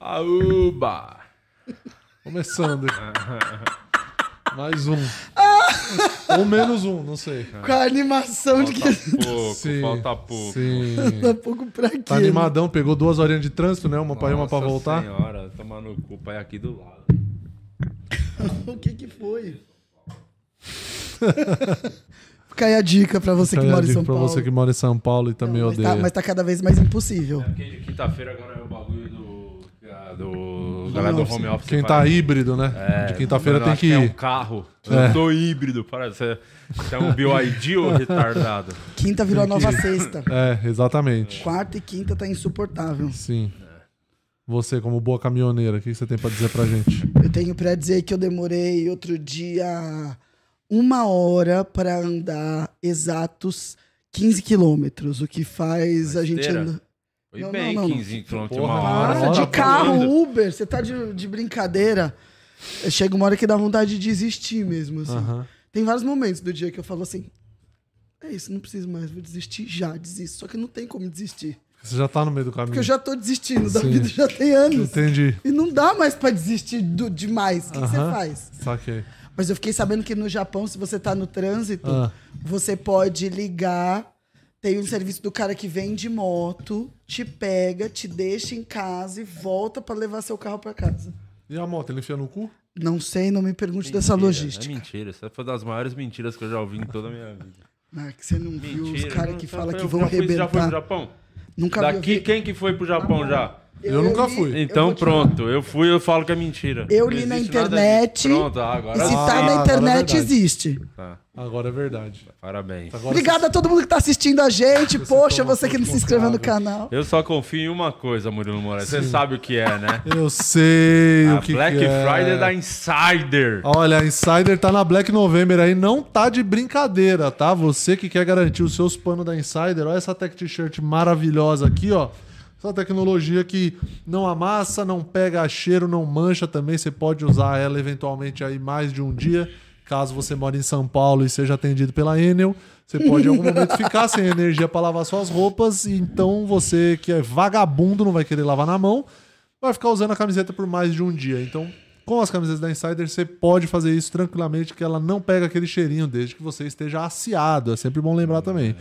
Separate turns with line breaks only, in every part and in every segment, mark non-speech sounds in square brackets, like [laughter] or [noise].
Aúba!
[laughs]
Começando. Mais um. Ou menos um, não sei.
Com a animação de
tá.
que.
Falta pouco, falta pouco.
um. Sim.
Tá pouco pra quê?
Tá animadão, pegou duas horinhas de trânsito, né? Uma pra ir, uma pra
Nossa
voltar.
Senhora, tomar no cu, pai aqui do lado.
né? O que que foi? [laughs] Fica aí a dica pra você que
Então, eu
mora em
digo
São
pra
Paulo.
você que mora em São Paulo e também
mas,
odeia.
tá, mas tá cada vez mais impossível.
É porque de quinta-feira agora é o bagulho do. ah, Do. Galera do
office.
home office.
Quem
faz-
tá híbrido, né?
É,
de quinta-feira
mano, eu acho
tem que
É
ir. É.
um carro. Eu tô híbrido, para. Você você é um BioID
[laughs]
ou retardado?
Quinta virou a nova sexta.
É, exatamente.
Quarta e quinta tá insuportável.
Sim.
É.
Você, como boa caminhoneira, o que você tem pra dizer
[laughs]
pra gente?
Eu tenho pra dizer que eu demorei outro dia uma hora pra andar exatos 15 quilômetros, o que faz
Na
a gente
esteira?
andar.
Foi
Não,
bem,
não, não.
15 km
Porra,
uma hora. tá
Nossa,
Nossa,
hora,
de
pô.
carro, Uber, você tá de, de brincadeira. Chega uma hora que dá vontade de desistir mesmo, assim.
Aham.
Tem vários momentos do dia que eu falo assim, é isso, não preciso mais, vou desistir já, desisto. Só que não tem como desistir.
Você já tá no meio do caminho.
Porque eu já tô desistindo da
Sim.
vida já tem anos.
Entendi.
E não dá mais pra desistir do, demais. O que que você
Aham.
faz?
Saquei.
Mas eu fiquei sabendo que no Japão, se você tá no trânsito,
Ah.
você pode ligar. Tem um serviço do cara que vende moto, te pega, te deixa em casa e volta pra levar seu carro pra casa.
E a moto, ele enfia no cu?
Não sei, não me pergunte dessa
Mentira,
logística.
É mentira, essa foi uma das maiores mentiras que eu já ouvi em toda a minha vida.
Ah, que você não viu os
Mentira.
caras
não,
que
já
falam
foi-
que
já
vão
foi- Já foi pro
arrebentar.
Japão?
Nunca vi, eu
Daqui,
vi.
quem que foi pro Japão já?
Eu nunca fui.
eu
Então
vou te
pronto, eu fui eu falo que é mentira.
Eu
Não
li na
existe nada
internet,
disso. Pronto, ah,
falar.
agora
E se
Ah,
tá
agora é
na internet,
verdade.
existe.
tá.
Agora é verdade.
Parabéns.
Agora
Obrigada a todo mundo que tá assistindo a gente. Poxa,
toma
você que não se
conta,
inscreveu no
cara.
canal.
Eu só confio em uma coisa, Murilo Moraes. Você sabe o que é, né?
Eu [laughs] sei
A
o que
Ah, Black
que é.
Friday da Insider.
Olha, a Insider tá na Black November aí, não tá de brincadeira, tá? Você que quer garantir os seus panos da Insider, olha essa tech t-shirt maravilhosa aqui, ó. Essa tecnologia que não amassa, não pega cheiro, não mancha também. Você pode usar ela eventualmente aí mais de um dia. Caso você mora em São Paulo e seja atendido pela Enel, você pode em algum momento ficar sem energia para lavar suas roupas. Então você que é vagabundo não vai querer lavar na mão vai ficar usando a camiseta por mais de um dia. Então, com as camisetas da Insider, você pode fazer isso tranquilamente, que ela não pega aquele cheirinho desde que você esteja aciado. É sempre bom lembrar também.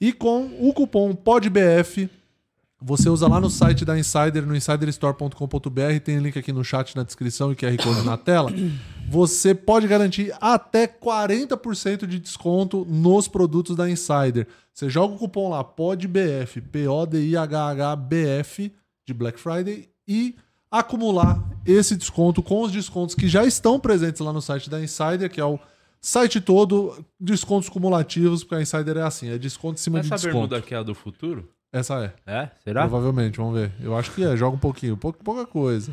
E com o cupom PODBF, você usa lá no site da Insider, no insiderstore.com.br, tem link aqui no chat, na descrição e QR Code na tela. Você pode garantir até 40% de desconto nos produtos da Insider. Você joga o cupom lá, PODBF, P-O-D-I-H-H-B-F, de Black Friday, e acumular esse desconto com os descontos que já estão presentes lá no site da Insider, que é o site todo, descontos cumulativos, porque a Insider é assim, é desconto em cima
Essa
de desconto.
bermuda aqui é a do futuro?
Essa é.
É? Será?
Provavelmente, vamos ver. Eu acho que é, joga um pouquinho, pouca, pouca coisa.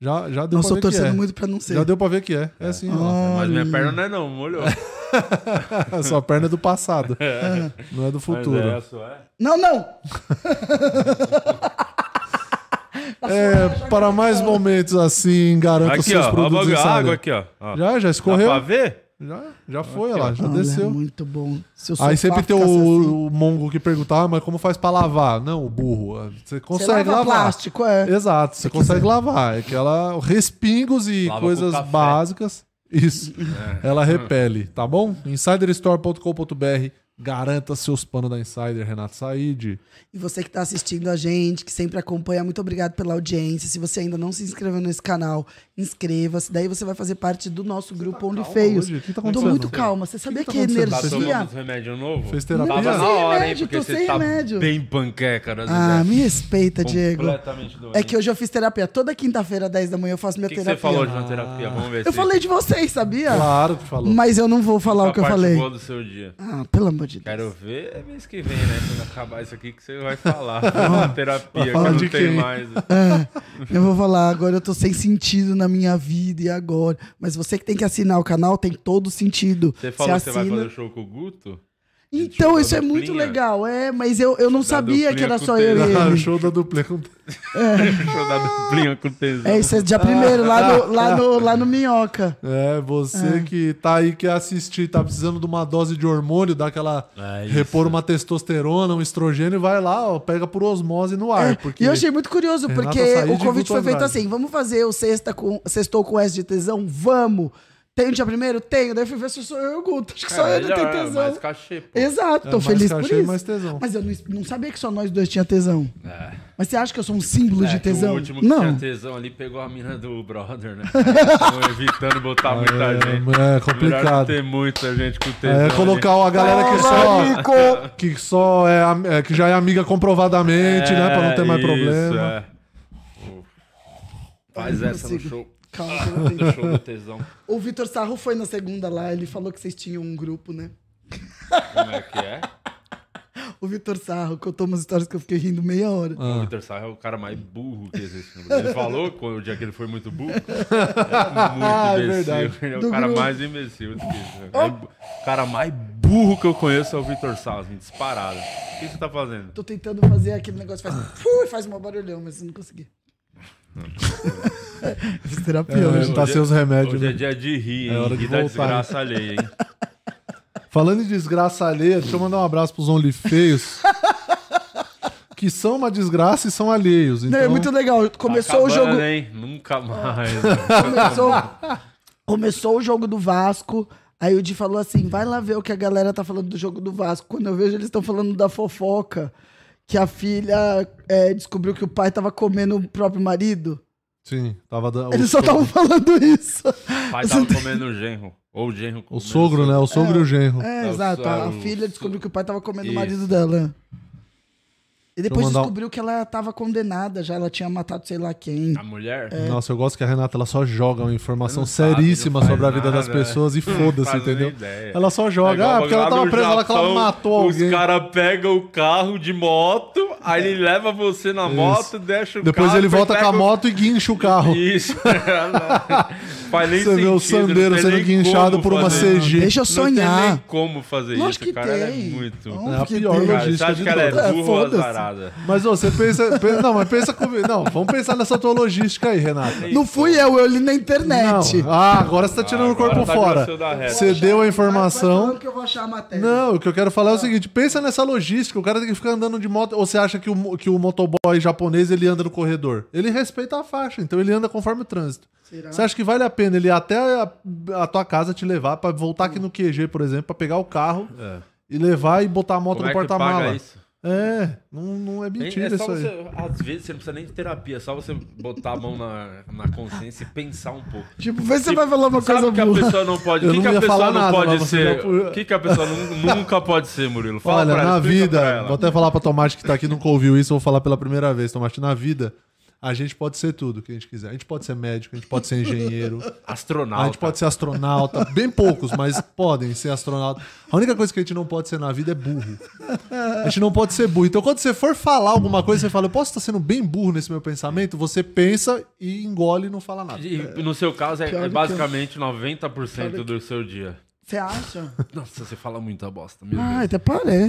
Já, já deu
Nossa,
pra
eu
ver
tô torcendo
que é.
muito assim. pra não ser.
Já deu pra ver que é. É, sim, ó.
Mas minha perna não é não, molhou.
Ah.
[laughs] A sua perna é
[laughs]
do passado. Não é do futuro.
Mas é, a sua é.
Não, não!
É, para mais momentos assim, garanto
Aqui,
seus
ó, ó, o
produtos
bagulho, a
Insider.
água aqui, ó. ó. Dá
Já, já
pra
escorreu?
ver?
Já, já foi,
Aqui,
olha lá,
ó.
já
Olha,
desceu.
é muito bom. Se o sofá
Aí sempre tem o,
ficasse assim,
o mongo que perguntava, mas como faz pra lavar? Não, o burro. Você
você
consegue
lava
lavar.
plástico, é.
Exato, você consegue lavar. É que ela. Respingos e
Lava com
coisas
café. É.
básicas. Isso. Ela repele, tá bom? Insiderstore.com.br. Garanta seus panos da Insider, Renato Said.
E você que está assistindo a gente, que sempre acompanha, muito obrigado pela audiência. Se você ainda não se inscreveu nesse canal, inscreva-se. Daí você vai fazer parte do nosso grupo Onde
calma
Feios.
hoje? O que tá
Tô
acontecendo?
muito calma. Você sabia
tá
que,
acontecendo?
Tá tomando
energia.
uns remédio novo?
Fez terapia?
Tava na
Sem
hora, hein?
remédio,
Porque
tô
você
sem
tá
remédio.
bem panqueca das
Ah,
ideias.
me respeita, Diego.
Completamente doente.
É que hoje eu fiz terapia. Toda quinta-feira, 10 da manhã, eu faço minha
O que, que
terapia.
você falou de uma terapia? Vamos ver
Eu
se-
falei de vocês, sabia?
Claro que falou.
Mas eu não vou falar
a
o que eu
parte
falei.
boa do seu dia.
Ah, pelo amor de Deus.
Quero ver é mês que vem, né? Quando acabar isso aqui que você vai
[laughs]
falar. Uma terapia que
falar
não
de
tem
quem?
mais.
Ah, Eu vou falar, agora eu tô sem sentido na minha vida e agora. Mas você que tem que assinar o canal tem todo sentido.
Você falou
Você
que você vai
assina.
fazer o show com o Guto? [laughs]
Então,
da
isso é muito
duplinha.
legal. É, mas eu, eu não
Da
sabia que
duplinha
era
com
só
o
eu e
Ah, o
ele.
[laughs] show da duplê. com-
Deixa eu dar duplinha com o tesão.
É isso, é dia primeiro, lá no, lá no, lá no Minhoca.
É, você que tá aí, quer assistir, tá precisando de uma dose de hormônio, dá aquela.
É isso.
repor uma testosterona, um estrogênio, e vai lá, ó, pega por osmose no ar.
É,
Ah, porque
E eu achei muito curioso,
Renata
porque
Said
o convite
e Guto
foi feito
Andrade.
assim: vamos fazer o sexta com, sextou com S de tesão? Vamos! Tem o dia primeiro? Tenho. Daí eu fui ver se sou eu e o Guto. Acho que só eu não tenho
é
tesão.
mais cachê, pô.
Exato,
é
tô
mais
feliz
cachê,
por isso.
mais tesão.
Mas eu não, não sabia que só nós dois tinha tesão.
É.
Mas você acha que eu sou um símbolo
É,
de
que O
tesão?
último que
Não.
tinha tesão ali pegou a mina do brother, né? Estão evitando botar muita gente.
É, é
Melhor não
complicado.
ter muita gente com tesão.
É
ali.
colocar a galera que só,
[laughs]
que só é, am- é, que já é amiga comprovadamente, né, pra não ter mais
isso,
problema.
é. Pô, Faz
Eu não
essa no
consigo.
show.
Calma, que eu vou
No show do tesão.
O Vitor Sarro foi na segunda lá, ele falou que vocês tinham um grupo, né?
Como é que é?
O Vitor Sarro contou umas histórias que eu fiquei rindo meia hora.
Ah.
O Vitor Sarra é o cara mais burro que existe no Brasil. Ele falou quando o dia que ele foi muito burro. Ele é muito imbecil.
Ah, verdade.
Ele é
Do
o cara
grupo.
mais imbecil do que existe. É bu- O cara mais burro que eu conheço é o Vitor Sarra, assim, disparado. O que você tá fazendo?
Tô tentando fazer aquele negócio que faz. Ui, faz um barulhão, mas eu não consegui. [laughs] Fiz terapia
É,
hoje.
hoje tá
Hoje é-
sem os remédios.
Hoje é
né?
dia de rir,
É
hein?
hora de
Rir da
voltar,
desgraça alheia,
[laughs]
hein?
Falando em desgraça alheia, deixa eu mandar um abraço pros
[laughs]
Only Feios. que são uma desgraça e são alheios. Então,
Não, é muito legal. Começou o
Tá Acabando,
jogo.
Hein? Nunca
[laughs]
mais.
Começou, começou o jogo do Vasco. Aí o Di falou assim: vai lá ver o que a galera tá falando do jogo do Vasco. Quando eu vejo, eles estão falando da fofoca. Que a filha é, descobriu que o pai tava comendo o próprio marido.
Sim, tava da- o,
Eles só estavam
[laughs]
falando isso.
O pai tava comendo o genro. Ou o genro
o
comendo
sogro, né? O sogro e o genro.
É,
Não,
exato.
só
A
o-
filha descobriu que o pai tava comendo
um Isso.
o marido dela. E depois
mandar um-
descobriu que ela tava condenada já, ela tinha matado sei lá quem.
A mulher?
Nossa, eu gosto que a Renata ela só joga uma informação
Não sabe,
seríssima
não faz
sobre a vida
nada,
das pessoas e
né?
foda-se,
Faz nem
entendeu?
ideia.
Ela só
É igual
joga, ah, porque ela
lá
tava
no
presa, ela, que ela
Japão,
matou alguém.
Os caras pegam o carro de moto, aí ele leva você na moto, deixa o
É. Depois
carro.
ele
depois
volta com
pega
a
o-
moto e guincha o carro.
Isso. [laughs] é,
[laughs]
Faz nem
Você vê o
sentido,
Sandero
não tem
sendo
nem
guinchado
como
por uma
fazer.
CG.
Deixa eu
Ah, Não tem nem
sonhar.
como fazer
Lógico
isso,
que
cara. Ela é
tem.
muito.
Óbvio
É a
que
pior
tem.
logística
Cara, você acha
de
que ela
todas.
é
É,
burra ou
foda-se.
azarada?
Mas ô, você pensa, pensa- Não, mas pensa comigo. Não, vamos pensar nessa tua logística aí, Renata.
Não fui eu, eu li na internet.
Não. Ah, agora você tá tirando o
Agora
corpo
tá
fora.
grosso da reta.
Você deu a
Vai
informação.
falando que eu vou achar a matéria.
Não, o que eu quero falar é o seguinte: pensa nessa logística. O cara tem que ficar andando de moto. Ou você acha que o, mo- que o motoboy japonês ele anda no corredor? Ele respeita a faixa, então ele anda conforme o trânsito.
Será?
Você acha que vale a pena ele ir até a, a tua casa te levar pra voltar aqui no QG, por exemplo, pra pegar o carro e levar e botar a moto
É. Como
no
é que paga
porta-mala?
isso?
É, não, não é mentira
é só
isso aí.
você, às vezes você não precisa nem de terapia, é só você botar a mão na, na consciência e pensar um pouco.
Tipo, vê se você vai falar uma
Sabe
coisa
o que a
boa.
pessoa não pode,
Eu
o que,
não
que
ia
a pessoa
falar
não
nada,
pode
mas você
ser?
já-
O que, que a pessoa nu-
[laughs]
nunca pode ser, Murilo? Fala
Olha,
pra ela,
na
explica pra
vida,
ela.
vou até falar pra Tomate que tá aqui, nunca ouviu isso, eu vou falar pela primeira vez, Tomate, na vida, a gente pode ser tudo que a gente quiser. A gente pode ser médico, a gente pode ser
[laughs]
engenheiro,
Astronauta.
a gente pode ser astronauta, bem poucos, mas podem ser astronauta. A única coisa que a gente não pode ser na vida é burro. A gente não pode ser burro. Então quando você for falar alguma coisa, você fala, eu posso estar sendo bem burro nesse meu pensamento? Você pensa e engole e não fala nada.
E no seu caso, é,
Pior
é
do que
basicamente 90% do seu dia.
Você acha?
Nossa, você fala muita bosta, meu
Ah,
então
Deus.
até parece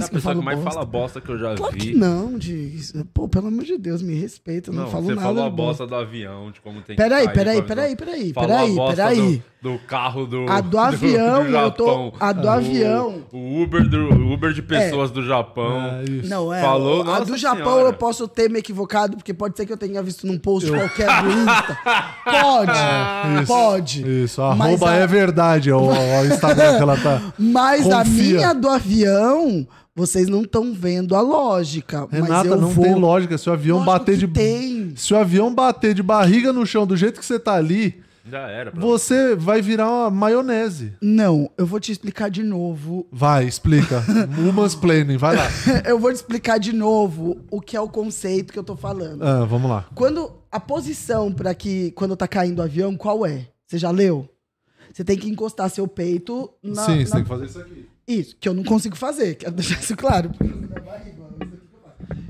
Você é a
que eu
pessoa
falo
que mais
bosta.
fala bosta que eu já
Claro que
vi.
não, Di. Pô, pelo amor de Deus, me respeita, eu não, falo
você
nada.
falou a
de
bosta do avião, de como tem
Peraí,
que
peraí,
do
peraí,
avião.
peraí,
Falou a
peraí,
bosta
peraí.
Do, do carro [laughs] do.
A do avião, eu tô-
Japão.
a do
O-
avião. É.
O Uber, do, o Uber de pessoas do Japão.
É isso.
Não, é.
Falou,
a
nossa
do Japão
senhora.
eu posso ter me equivocado, porque pode ser que eu tenha visto num post qualquer
[laughs]
do Insta. Pode,
É, Isso,
ah, pode.
Isso,
Mas
arroba
a-
é verdade, é o, o Instagram que ela tá.
Mas a
Confia.
minha do avião, vocês não estão vendo a lógica. mas
Renata,
eu
não
vou...
tem lógica. Se o avião
Lógico
bater
que
de.
tem.
Se o avião bater de barriga no chão do jeito que você tá ali,
Já era. pra-
você vai virar uma maionese.
Não, eu vou te explicar de novo. [laughs]
Vai, explica. Woman's planning, vai lá.
eu vou te explicar de novo o que é o conceito que eu tô falando.
Ah, vamos lá.
Quando a posição para que quando tá caindo o avião, qual é? Você já leu? Você tem que encostar seu peito na,
Sim, você
na
tem que fazer isso aqui.
Isso, que eu não consigo fazer, quero deixar isso claro.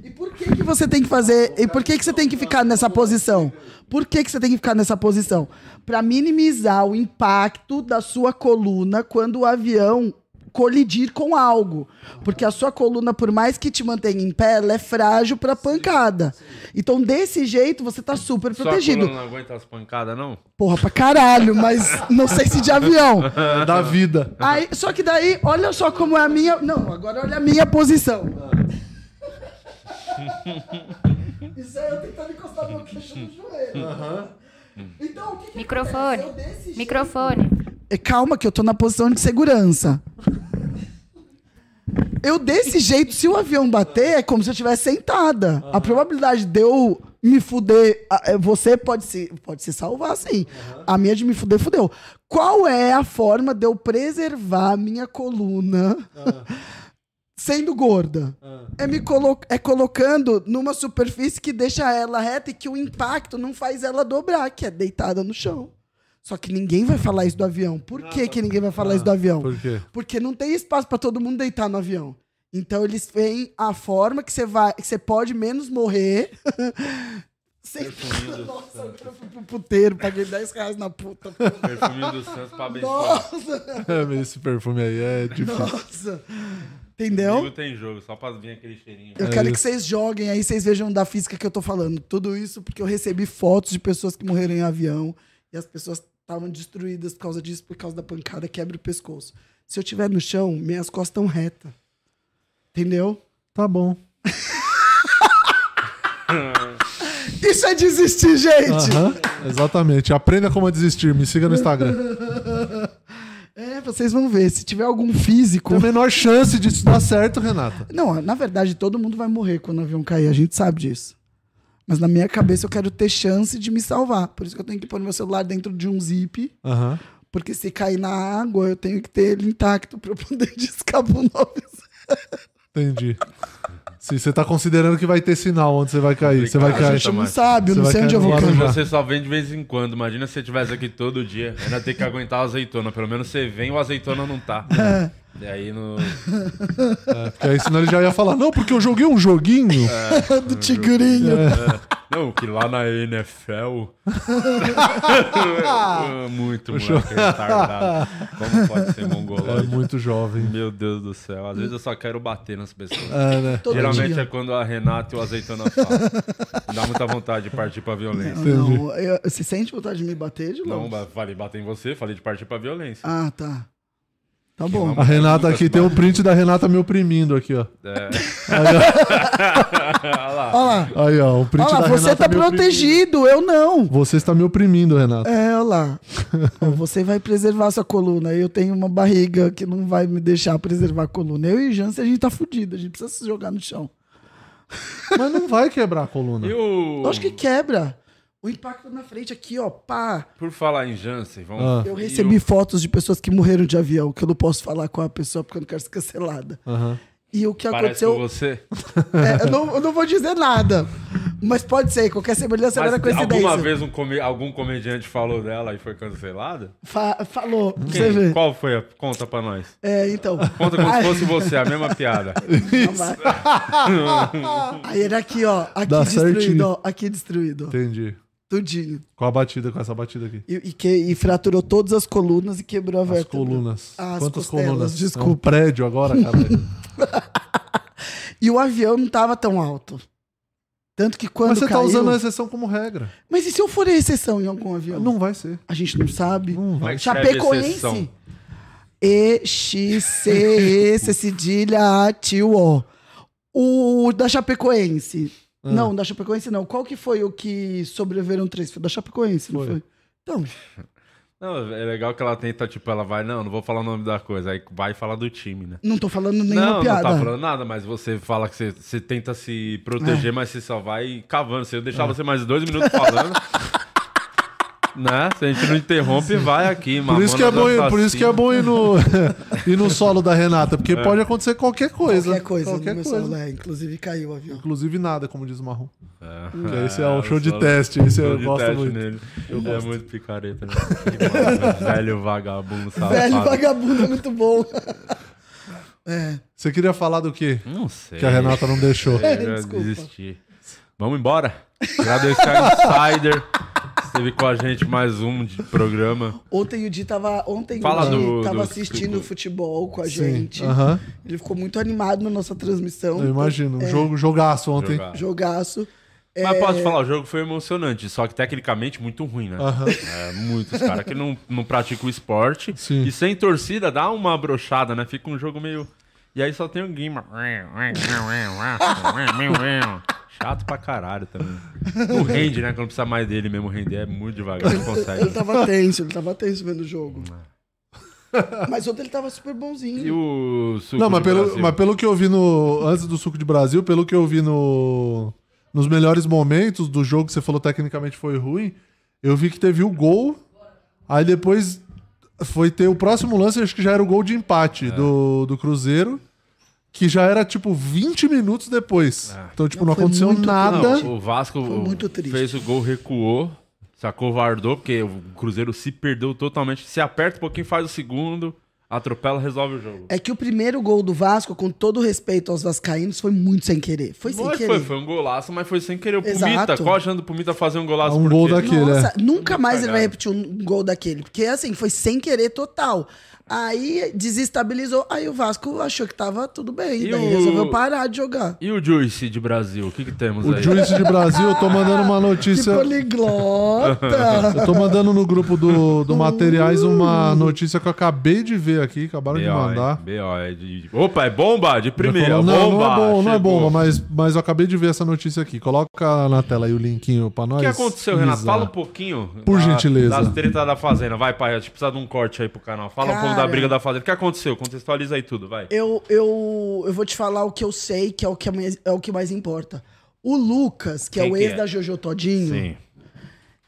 E por que, que você tem que fazer? E por que, que você tem que ficar nessa posição? Por que, que você tem que ficar nessa posição? Para minimizar o impacto da sua coluna quando o avião colidir com algo. Porque a sua coluna, por mais que te mantenha em pé, ela é frágil pra pancada. Então, desse jeito, você tá super
Só a coluna
protegido.
não aguenta as pancadas, não?
Porra, pra caralho, mas não sei se de avião.
Da vida.
Aí, só que daí, olha só como é a minha. Não, agora olha a minha posição. Isso aí eu tentando encostar meu queixo no joelho. Então, o que que
Microfone.
acontece? Eu desse jeito-
Microfone.
É, Calma, que eu tô na posição de segurança. Eu, desse jeito, se o avião bater, é como se eu estivesse sentada. A probabilidade de eu me fuder. a- é, Você pode se, pode se salvar, sim. A minha de me fuder, fudeu. Qual é a forma de eu preservar a minha coluna [laughs] sendo gorda? É, me colo é colocando numa superfície que deixa ela reta e que o impacto não faz ela dobrar, que é deitada no chão. Só que ninguém vai falar isso do avião. Por que, que ninguém vai falar isso do avião?
Por quê?
Porque não tem espaço pra todo mundo deitar no avião. Então eles veem a forma que você vai, que você pode menos morrer. [laughs] Sem... [laughs] Nossa, agora eu fui pro puteiro, paguei 10 reais na puta.
Perfuminho do Santos pra abençoar.
Nossa,
[laughs] Esse perfume aí é difícil.
nossa.
Domingo
Entendeu?
tem jogo, só pra vir aquele cheirinho.
Eu
É
quero que
isso.
vocês joguem aí, vocês vejam da física que eu tô falando. Tudo isso porque eu recebi fotos de pessoas que morreram em avião e as pessoas estavam destruídas por causa disso, por causa da pancada, quebra o pescoço. Se eu tiver no chão, minhas costas estão retas. Entendeu?
Tá bom.
Isso é desistir, gente!
Aham, Exatamente. Aprenda como a desistir. Me siga no
[laughs]
Instagram.
É, vocês vão ver. Se tiver algum físico.
Com a menor chance disso dar certo, Renata.
Não, na verdade, todo mundo vai morrer quando o avião cair, a gente sabe disso. Mas na minha cabeça eu quero ter chance de me salvar. Por isso que eu tenho que pôr meu celular dentro de um zip.
Aham.
Porque se cair na água, eu tenho que ter ele intacto pra eu poder [laughs] descabular.
Entendi. Sim, você tá considerando que vai ter sinal onde você vai cair. Você vai
Obrigado,
Ah, A
cair.
gente não
Tomás.
sabe, eu
Você
não
vai
sei onde eu
cair
vou
no
cair.
avião.
Você só vem de vez em quando. Imagina se você estivesse aqui todo dia. Ainda tem que aguentar a azeitona. Pelo menos você vem o azeitona não tá. E aí no.
É, porque aí senão ele já ia falar, não, porque eu joguei um joguinho.
[laughs]
É,
Do tigrinho.
Não, que lá na [laughs] NFL. Ah, muito, moleque, retardado. Como pode ser
É
mongoloide?
muito jovem.
[laughs] Meu Deus do céu. Às vezes eu só quero bater nas pessoas.
É, né?
Todo
Geralmente
dia.
é quando a Renata e o azeitona falam. Dá muita vontade de partir pra violência.
Ah, Não, eu, você sente vontade de me bater de
Não,
novo?
ba- falei bater em você, falei de partir pra violência.
Ah, tá. Tá bom.
A Renata aqui tem um print da Renata me oprimindo aqui, ó.
[laughs] É.
Olha lá.
Aí, ó, o print
Olha lá,
da
você
Renata é
tá
me oprimindo.
protegido, eu não.
Você está me oprimindo,
[laughs]
Renata.
É, olha lá. Ó, Você vai preservar sua coluna. Eu tenho uma barriga que não vai me deixar preservar a coluna. Eu e o Jansen, a gente tá fudido. A gente precisa se jogar no chão.
Mas não vai quebrar a coluna.
E o...
Lógico que quebra. O impacto na frente aqui, ó, pá.
Por falar em Jansen, vamos...
Ah.
Eu
e
recebi
o-
fotos de pessoas que morreram de avião, que eu não posso falar com a pessoa porque eu não quero ser cancelada.
Aham.
E o que
Parece com
aconteceu.
você.
É, eu, não, eu não vou dizer nada. Mas pode ser, qualquer semelhança
Mas
era coincidência.
alguma vez um come- algum comediante falou dela e foi cancelada?
Fa- falou, pra você
Quem?
ver.
Qual foi a... Conta pra nós.
É, então.
Conta como
Ai.
se fosse você, a
[laughs]
mesma piada.
Aí era aqui, ó. Aqui
Dá
destruído,
certinho.
ó. Aqui destruído. ó.
Entendi.
Tudinho.
Com a batida, com essa batida aqui.
E, e que, e fraturou todas as colunas e quebrou a
As
vértebra.
colunas.
Ah, As
Quantas
costelas,
colunas?
desculpa.
É um prédio agora,
[laughs]
cara.
E o avião não tava tão alto. Tanto que quando
Mas você tá
caiu-
usando a exceção como regra.
Mas e se eu for a exceção em algum avião?
Não vai ser.
A gente não sabe.
Não vai.
Hum, escreve
Chapecoense.
exceção?
E, X, C, E, C, cedilha, A, tio, O. O da Chapecoense.
Ah.
Não, da Chapecoense não. Qual que foi o que sobreviveram três? Foi da Chapecoense, não
Foi.
foi? Então,
Não, é legal que ela tenta, tipo, ela vai, não, não vou falar o nome da coisa. Aí vai falar do time, né?
não tô falando nenhuma
Não, não
piada.
tá falando nada, mas você fala que você, você tenta se proteger,
É.
mas você só vai cavando. Se eu deixar você mais dois minutos falando. né? Se a gente não interrompe, vai aqui, mano.
Por isso, que é bom,
tá
ir- por isso
assim.
que é bom ir no, [laughs] ir no solo da Renata, porque pode acontecer qualquer coisa.
Qualquer coisa
Qualquer
no meu
coisa.
celular. Inclusive caiu o avião.
Inclusive nada, como diz o Marrom.
É,
esse é um show de
só-
teste, esse
show
eu
de
gosto
teste
muito.
Nele. é muito picareta, né? Demais,
[laughs]
né? Velho vagabundo, safado.
Velho vagabundo é muito bom. É.
Você queria falar do quê?
Não sei.
Que a Renata não
É,
deixou.
Eu já
Desculpa.
desisti. Vamos embora. Agradecer a Insider. Teve com a gente mais um de programa.
Ontem o Di tava, ontem
Fala
o Di
do-
tava
do
assistindo
futebol.
futebol com a
Sim,
gente.
aham.
Ele ficou muito animado na nossa transmissão.
Eu imagino. Um jogo, jogaço ontem.
Jogar.
Jogaço. É,
Mas posso falar, o jogo foi emocionante, só que tecnicamente muito ruim, né? É, muitos caras que não, não praticam o esporte.
Sim.
E sem torcida dá uma brochada, né? Fica um jogo meio. E aí só tem o Guima. Chato pra caralho também. Não rende, né? Quando precisa mais dele mesmo render, é muito devagar, não consegue.
Ele tava tenso, ele tava tenso vendo o jogo.
É.
[laughs] Mas ontem ele tava super bonzinho.
E o suco
Não, mas
do
pelo,
Brasil?
mas pelo que eu vi no. Antes do Suco de Brasil, pelo que eu vi no. Nos melhores momentos do jogo que você falou tecnicamente foi ruim, eu vi que teve o gol. Aí depois foi ter o próximo lance, acho que já era o gol de empate
É.
do, do Cruzeiro, que já era tipo 20 minutos depois. Então, tipo,
Não,
não,
foi
aconteceu
muito
nada.
É. Não, o Vasco
muito triste.
fez o gol, recuou, se acovardou, porque o Cruzeiro se perdeu totalmente. Se aperta um pouquinho, faz o segundo, atropela, resolve o jogo.
É que o primeiro gol do Vasco, com todo respeito aos vascaínos, foi muito sem querer. Foi É, sem
Mas
querer.
foi, foi um golaço, mas foi sem querer. O Pumita,
Exato.
qual a chance do Pumita fazer um golaço
É um
por
gol
quê?
daqui. aquele,
Nossa, nunca mais
Cagado.
ele vai repetir um gol daquele. Porque assim, foi sem querer total. Aí desestabilizou. Aí o Vasco achou que tava tudo bem.
E
daí
o-
resolveu parar de jogar.
E o Juice de Brasil, o que, que temos
O
aí?
Juice de Brasil, eu tô mandando uma
[laughs] Que
notícia. [laughs]
poliglota!
Eu tô mandando no grupo do,
[laughs]
do Materiais uma notícia que eu acabei de ver aqui, acabaram de
B.O., hein?
mandar.
B.O., é de- Opa, é bomba de primeira.
Falou, não,
bomba,
não é bom, não é
chegou.
bomba, mas, mas eu acabei de ver essa notícia aqui. Coloca na tela aí o linkinho pra nós.
O que aconteceu, Renato?
lisar.
Fala um pouquinho.
Por
da-
gentileza.
Das tretas da Fazenda. Vai, pai. A gente precisa de um corte aí pro canal. Fala um pouco
Cara.
da briga da Fazenda. O que aconteceu? Contextualiza aí tudo, vai.
Eu, eu, eu vou te falar o que eu sei, que é o que mais, é o que mais importa. O Lucas, que
Quem
é o
que
ex
é?
da Jojo Todinho,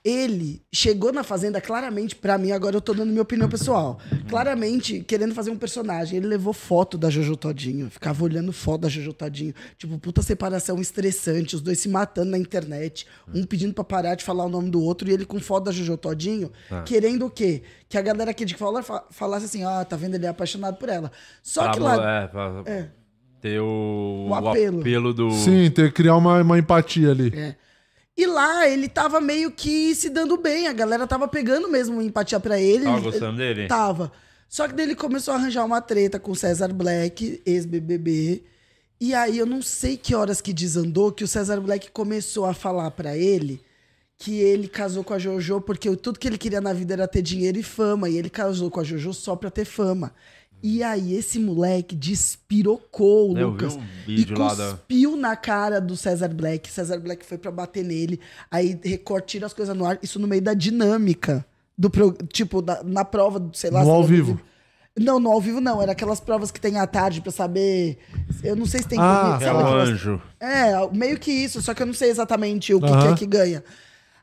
ele chegou na Fazenda claramente, pra mim, agora eu tô dando minha opinião pessoal, claramente querendo fazer um personagem. Ele levou foto da Jojo Todinho, ficava olhando foto da Jojo Todinho. Tipo, puta separação estressante, os dois se matando na internet, um pedindo pra parar de falar o nome do outro e ele com foto da Jojo Todinho,
Ah.
querendo o quê? Que a galera aqui de Fala fa- falasse assim, ah, tá vendo, ele é apaixonado por ela. Só
Tá
que
bom,
lá...
é, pra- Ter o,
O
o apelo.
apelo.
do.
Sim, ter que criar uma, uma empatia ali.
E lá ele tava meio que se dando bem, a galera tava pegando mesmo empatia pra ele.
Tava
Ele-
gostando dele?
Tava. Só que daí ele começou a arranjar uma treta com o César Black, ex-BBB. E aí eu não sei que horas que desandou que o César Black começou a falar pra ele que ele casou com a JoJo porque tudo que ele queria na vida era ter dinheiro e fama, e ele casou com a JoJo só pra ter fama. E aí esse moleque despirocou o
Eu vi
Lucas
um vídeo
e
lá da-
cuspiu na cara do César Black. César Black foi pra bater nele. Aí Record tira as coisas no ar. Isso no meio da dinâmica. Do pro- Tipo, da- na prova, do- sei lá.
No
se
ao
era
vivo.
Não, no ao vivo não. Era aquelas provas que tem à tarde pra saber. Eu não sei se tem
Ah,
É
sabe
o
aquelas-
anjo.
é, meio que isso, só que eu não sei exatamente o que,
Aham.
que é que ganha.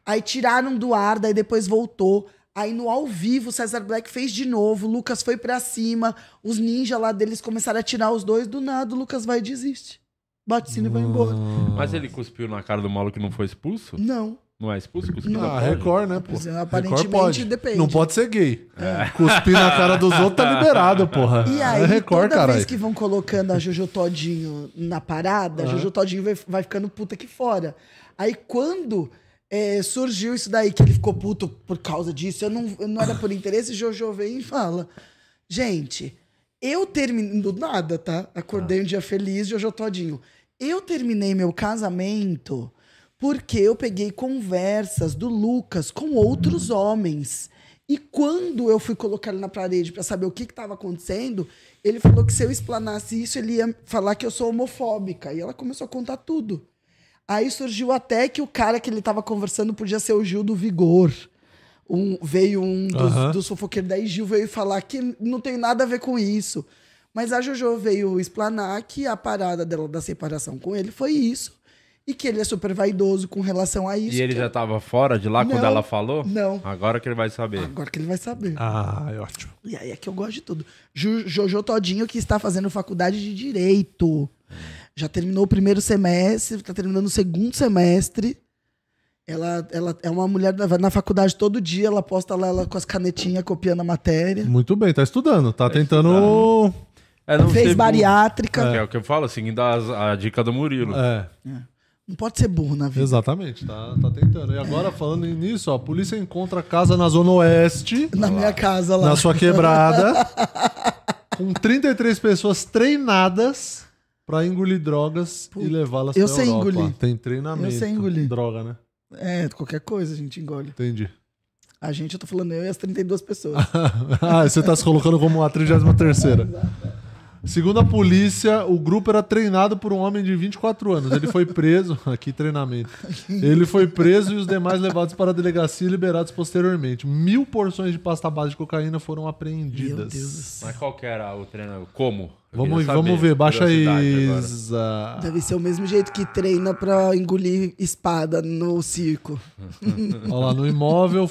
Aí tiraram do ar, daí depois voltou. Aí no ao vivo, o César Black fez de novo, o Lucas foi pra cima, os ninjas lá deles começaram a tirar os dois, do nada o Lucas vai e desiste. Bate sino e vai embora.
Mas ele cuspiu na cara do maluco que não foi expulso?
Não.
Não é expulso? Cuspiu na
Ah,
cara?
Record, né, pô?
Pois é,
Record
aparentemente depende. É.
Não pode ser gay. [laughs] Cuspir na cara dos outros
[laughs]
tá liberado, porra.
E aí,
é Record,
toda
caralho.
vez que vão colocando a Jojo Todinho na parada, a Jojo Todinho vai, vai ficando puta aqui fora. Aí, quando é, surgiu isso daí, que ele ficou puto por causa disso, eu não, eu não era por interesse, Jojo vem e fala, gente, eu terminei... Do nada, tá? Acordei um dia feliz, Jojo Todinho. Eu terminei meu casamento porque eu peguei conversas do Lucas com outros homens. E quando eu fui colocar ele na parede pra saber o que estava acontecendo, ele falou que se eu explanasse isso, ele ia falar que eu sou homofóbica. E ela começou a contar tudo. Aí surgiu até que o cara que ele estava conversando podia ser o Gil do Vigor. Um- veio um dos,
Aham.
dos fofoqueiros da Gil veio falar que não tem nada a ver com isso. Mas a Jojo veio explanar que a parada dela da separação com ele foi isso. E que ele é super vaidoso com relação a isso.
E ele
que- é-
já tava fora de lá quando
Não,
ela falou?
não.
Agora que ele vai saber.
Agora que ele vai saber.
Ah, é ótimo.
E aí é que eu gosto de tudo. Ju- Jojo Todinho, que está fazendo faculdade de Direito. Já terminou o primeiro semestre, está terminando o segundo semestre. Ela, ela é uma mulher da- na faculdade todo dia, ela posta lá ela com as canetinhas copiando a matéria.
Muito bem, tá estudando. Tá tentando.
É, não sei
Fez
por-
bariátrica.
É.
É. o que eu falo, seguindo as- a dica do Murilo.
É.
Não pode ser burro na vida.
Exatamente, tá, tá tentando. E agora, falando nisso, ó, a polícia encontra casa na Zona Oeste,
Na minha casa lá.
na sua quebrada,
[laughs]
com 33 pessoas treinadas pra engolir drogas e levá-las pra
eu sei
Europa.
engolir.
Tem treinamento.
Eu sei engolir.
Droga, né?
É, qualquer coisa a gente engole.
Entendi. [laughs]
A gente, eu tô falando eu e as 32 pessoas.
ah, você tá se colocando como a 33 Segundo a polícia, o grupo era treinado por um homem de 24 anos. Ele foi preso. [laughs] Aqui treinamento. Ele foi preso e os demais levados para a delegacia e liberados posteriormente. Mil porções de pasta base de cocaína foram apreendidas.
Meu Deus do céu.
Mas qual que era o treinamento? Como? Eu
Vamos,
queria
vamos
saber.
ver, baixa aí.
Curiosidade agora.
Isa.
Deve ser o mesmo jeito que treina pra engolir espada no circo.
Olha lá, no imóvel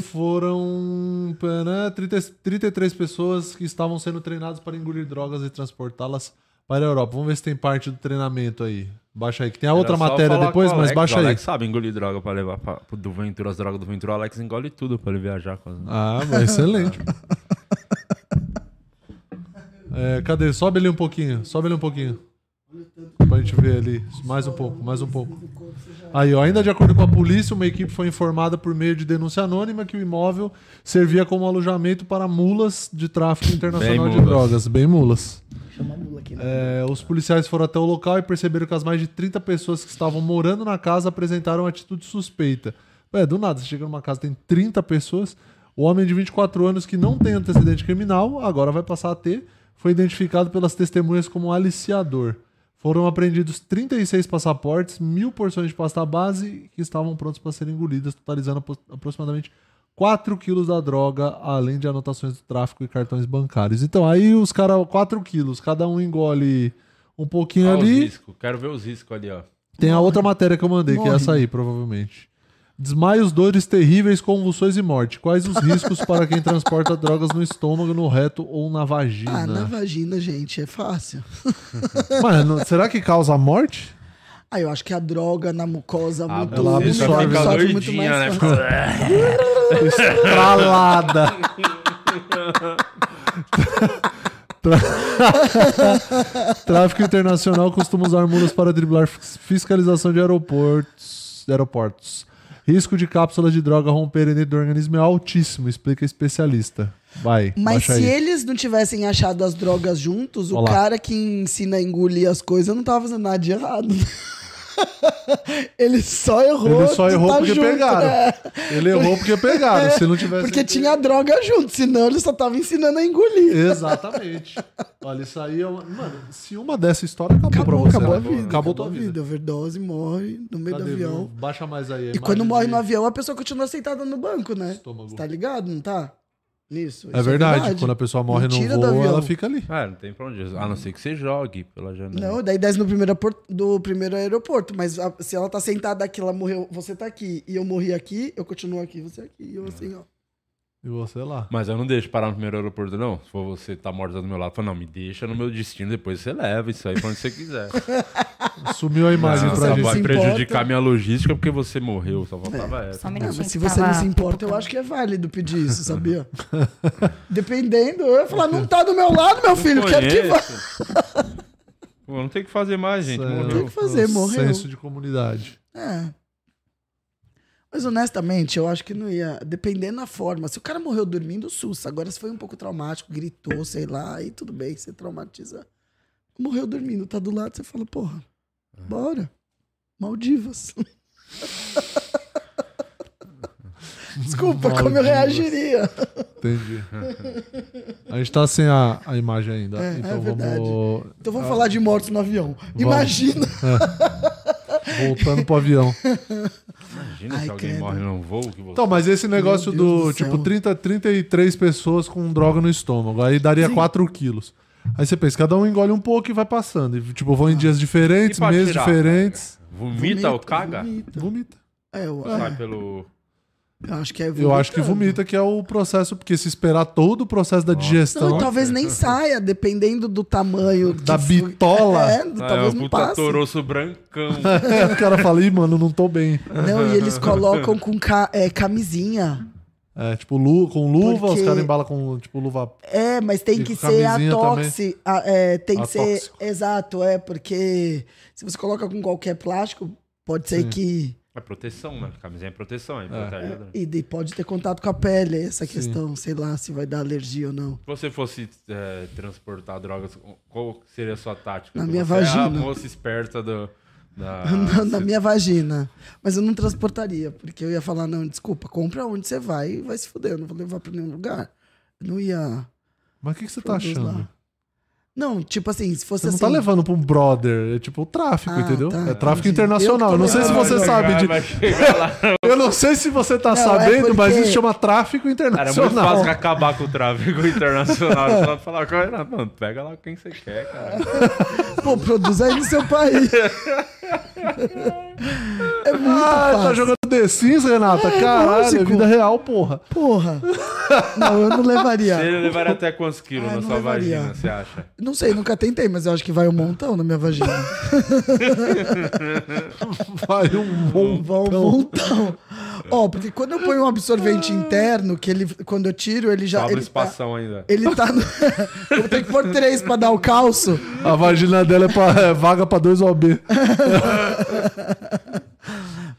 foram né, 30 33 pessoas que estavam sendo treinadas para engolir drogas e transportá-las para a Europa. Vamos ver se tem parte do treinamento aí. Baixa aí, que tem a
Era
outra
só
matéria
falar é
depois,
com o
mas
Alex.
baixa
O
aí.
Alex sabe engolir droga pra levar pra, pro- do Ventura, as drogas do Ventura. O Alex engole tudo pra ele viajar. Com as...
Ah, mas excelente. É, cadê? Sobe ali um pouquinho, sobe ali um pouquinho. Pra gente ver ali. Mais um pouco, mais um pouco. Aí, ó, ainda de acordo com a polícia, uma equipe foi informada por meio de denúncia anônima que o imóvel servia como alojamento para mulas de tráfico internacional
Bem
de
mulas.
drogas, bem mulas.
Chama a mula aqui, né?
É, os policiais foram até o local e perceberam que as mais de 30 pessoas que estavam morando na casa apresentaram atitude suspeita. Ué, do nada, você chega numa casa tem 30 pessoas, o homem de 24 anos que não tem antecedente criminal, agora vai passar a ter, foi identificado pelas testemunhas como um aliciador. Foram apreendidos 36 passaportes, mil porções de pasta base que estavam prontos para serem engolidas, totalizando apro- aproximadamente 4 quilos da droga, além de anotações do tráfico e cartões bancários. Então, aí os caras, 4 quilos, cada um engole um pouquinho
Olha os
ali.
riscos. Quero ver os riscos ali, ó.
Tem a outra matéria que eu mandei, que é
Morre.
essa aí, provavelmente. Desmaios, dores terríveis, convulsões e morte. Quais os riscos para quem transporta drogas no estômago, no reto ou na vagina?
Ah, na vagina, gente, é fácil.
Mano, será que causa morte?
Ah, eu acho que a droga na mucosa
Ah,
muito
ela
úmida,
absorve,
absorve,
fica
muito
doidinha, né?
mais
Fica-
fácil.
[laughs]
Estralada. Tra- Tráfico internacional costuma usar mulas para driblar fis- fiscalização de aeroportos. aeroportos. Risco de cápsulas de droga romperem dentro do organismo é altíssimo, explica especialista. Vai,
Mas
baixa
se
aí.
eles não tivessem achado as drogas juntos,
Olha
o
lá.
cara que ensina a engolir as coisas não tava fazendo nada de errado. [laughs] Ele só errou.
Ele só
de
errou
tá
porque
junto,
pegaram. é
né?
Ele errou porque pegaram. Se não tivesse...
Porque tinha a droga junto, senão ele só tava ensinando a engolir.
Exatamente. Olha, isso aí é uma... Mano, se uma dessa história, acabou, pra
Acabou,
você.
acabou
né?
a vida.
Acabou tua vida.
Overdose, morre no meio
Cadê,
do avião.
Bruno? Baixa mais aí.
E quando morre no avião, a pessoa continua sentada no banco, né?
Estômago.
Você tá ligado, não tá? Isso.
É
isso
verdade. Quando a pessoa morre no
Mentira do
voo,
avião.
ela fica ali.
Ah, não tem pra onde. A não ser que você jogue pela janela.
Não, daí desce no primeiro aeroporto, do primeiro aeroporto. Mas a- se ela tá sentada aqui, ela morreu, você tá aqui, e eu morri aqui, eu continuo aqui, você aqui, e eu assim, ó.
E você lá.
Mas eu não deixo parar no primeiro aeroporto, não. Se for você que tá morta do meu lado, fala, não, me deixa no meu destino, depois você leva isso aí pra onde você quiser.
[laughs]
Sumiu a imagem
não,
pra
só
você
gente.
vai
se
prejudicar
importa.
minha logística porque você morreu. Só faltava
Só
essa.
um
Ah,
minutinho.
mas se
que
você não
tava
se importa, eu acho que é válido pedir isso, sabia? [laughs] Dependendo, eu ia falar, não tá do meu lado, meu filho, quero que vá.
Conheço.
[laughs]
Pô, não tem o que fazer mais, gente.
Isso é
Morreu.
Tem que fazer,
um
morreu.
Senso de comunidade.
É. Mas honestamente, eu acho que não ia. Dependendo da forma. Se o cara morreu dormindo, sussa. Agora, se foi um pouco traumático, gritou, sei lá, aí tudo bem, você traumatiza. Morreu dormindo, tá do lado, você fala, porra,
É.
bora.
[laughs]
Maldivas. Desculpa, como eu
Maldivas.
reagiria?
Entendi. A gente tá sem a, a imagem ainda.
É,
então
é verdade.
vamos.
Então vamos falar de mortos no avião. Imagina.
Voltando pro
[laughs]
avião.
Imagina
Ai,
se alguém
credo.
morre num voo que você.
Então, mas esse negócio
Meu Deus
do,
do céu.
tipo 30, 33 pessoas com droga no estômago. Aí daria 4 quilos. Aí você pensa, cada um engole um pouco e vai passando. E, tipo, vão em dias
Ah.
diferentes,
E pra
meses
tirar?
diferentes.
Vomita ou caga?
vomita.
Vomita.
É, eu,
Sai pelo.
eu acho que é
Eu acho que
vomitando.
vomita, que é o processo, porque se esperar todo o processo da digestão
Não, talvez nem saia, dependendo do tamanho. que
da
for.
bitola,
É,
Ah, é
talvez
um
não
puta
passe.
toroço brancão.
[laughs]
É, o cara fala, ih, mano, não tô bem.
Não,
[laughs]
e eles colocam com ca- é, camisinha.
É, tipo, lu com luva,
Porque-
os caras embalam com, tipo, luva.
É, mas tem
E
que
com
ser a
camisinha
toxi. a- é, tem que ser.
Atóxico.
Exato, é, porque se você coloca com qualquer plástico, Pode ser que.
É proteção, né? Camisinha é proteção, é, protege. né?
E daí pode ter contato com a pele, essa questão, sei lá, se vai dar alergia ou não.
Se você fosse é, transportar drogas, qual seria a sua tática?
Na
Você
minha
É a
vagina.
moça esperta do, da.
[laughs] na, na minha vagina. Mas eu não transportaria, porque eu ia falar, não, desculpa, compra onde você vai e vai se fuder, eu não vou levar pra nenhum lugar. Eu não ia.
Mas o que, que você tá
produz
achando?
lá. Não, tipo assim, se fosse
Você não
assim.
tá levando pra um brother, é tipo o tráfico,
Ah,
entendeu?
tá.
É tráfico
Entendi.
internacional.
Eu
Eu não sei se
também
você
Vai
sabe
chegar,
de...
vai chegar lá.
[laughs] Eu não sei se você tá
Não, é
sabendo, mas
porque- é
isso chama tráfico
Era muito
internacional.
fácil acabar com o tráfego internacional. Só falar com ela, mano, pega lá quem você quer, cara.
Pô, produz aí no seu país. é muito
Ah,
fácil.
tá jogando The Sims, Renata? Caralho, é
lógico.
vida real, porra.
Porra. Não, eu não levaria.
Você levaria até quantos quilos
É. Ah,
na
não
sua
levaria.
vagina, você acha?
Não sei, nunca tentei, mas eu acho que vai um montão na minha vagina.
Vai um bom.
Vai um montão. Ó, porque quando eu ponho um absorvente interno, que ele, quando eu tiro, ele já.
Sobra
Ele tá,
espação ainda.
ele tá no. [laughs] eu tenho que pôr três pra dar o calço.
A vagina dela é, pra- é vaga pra dois OB.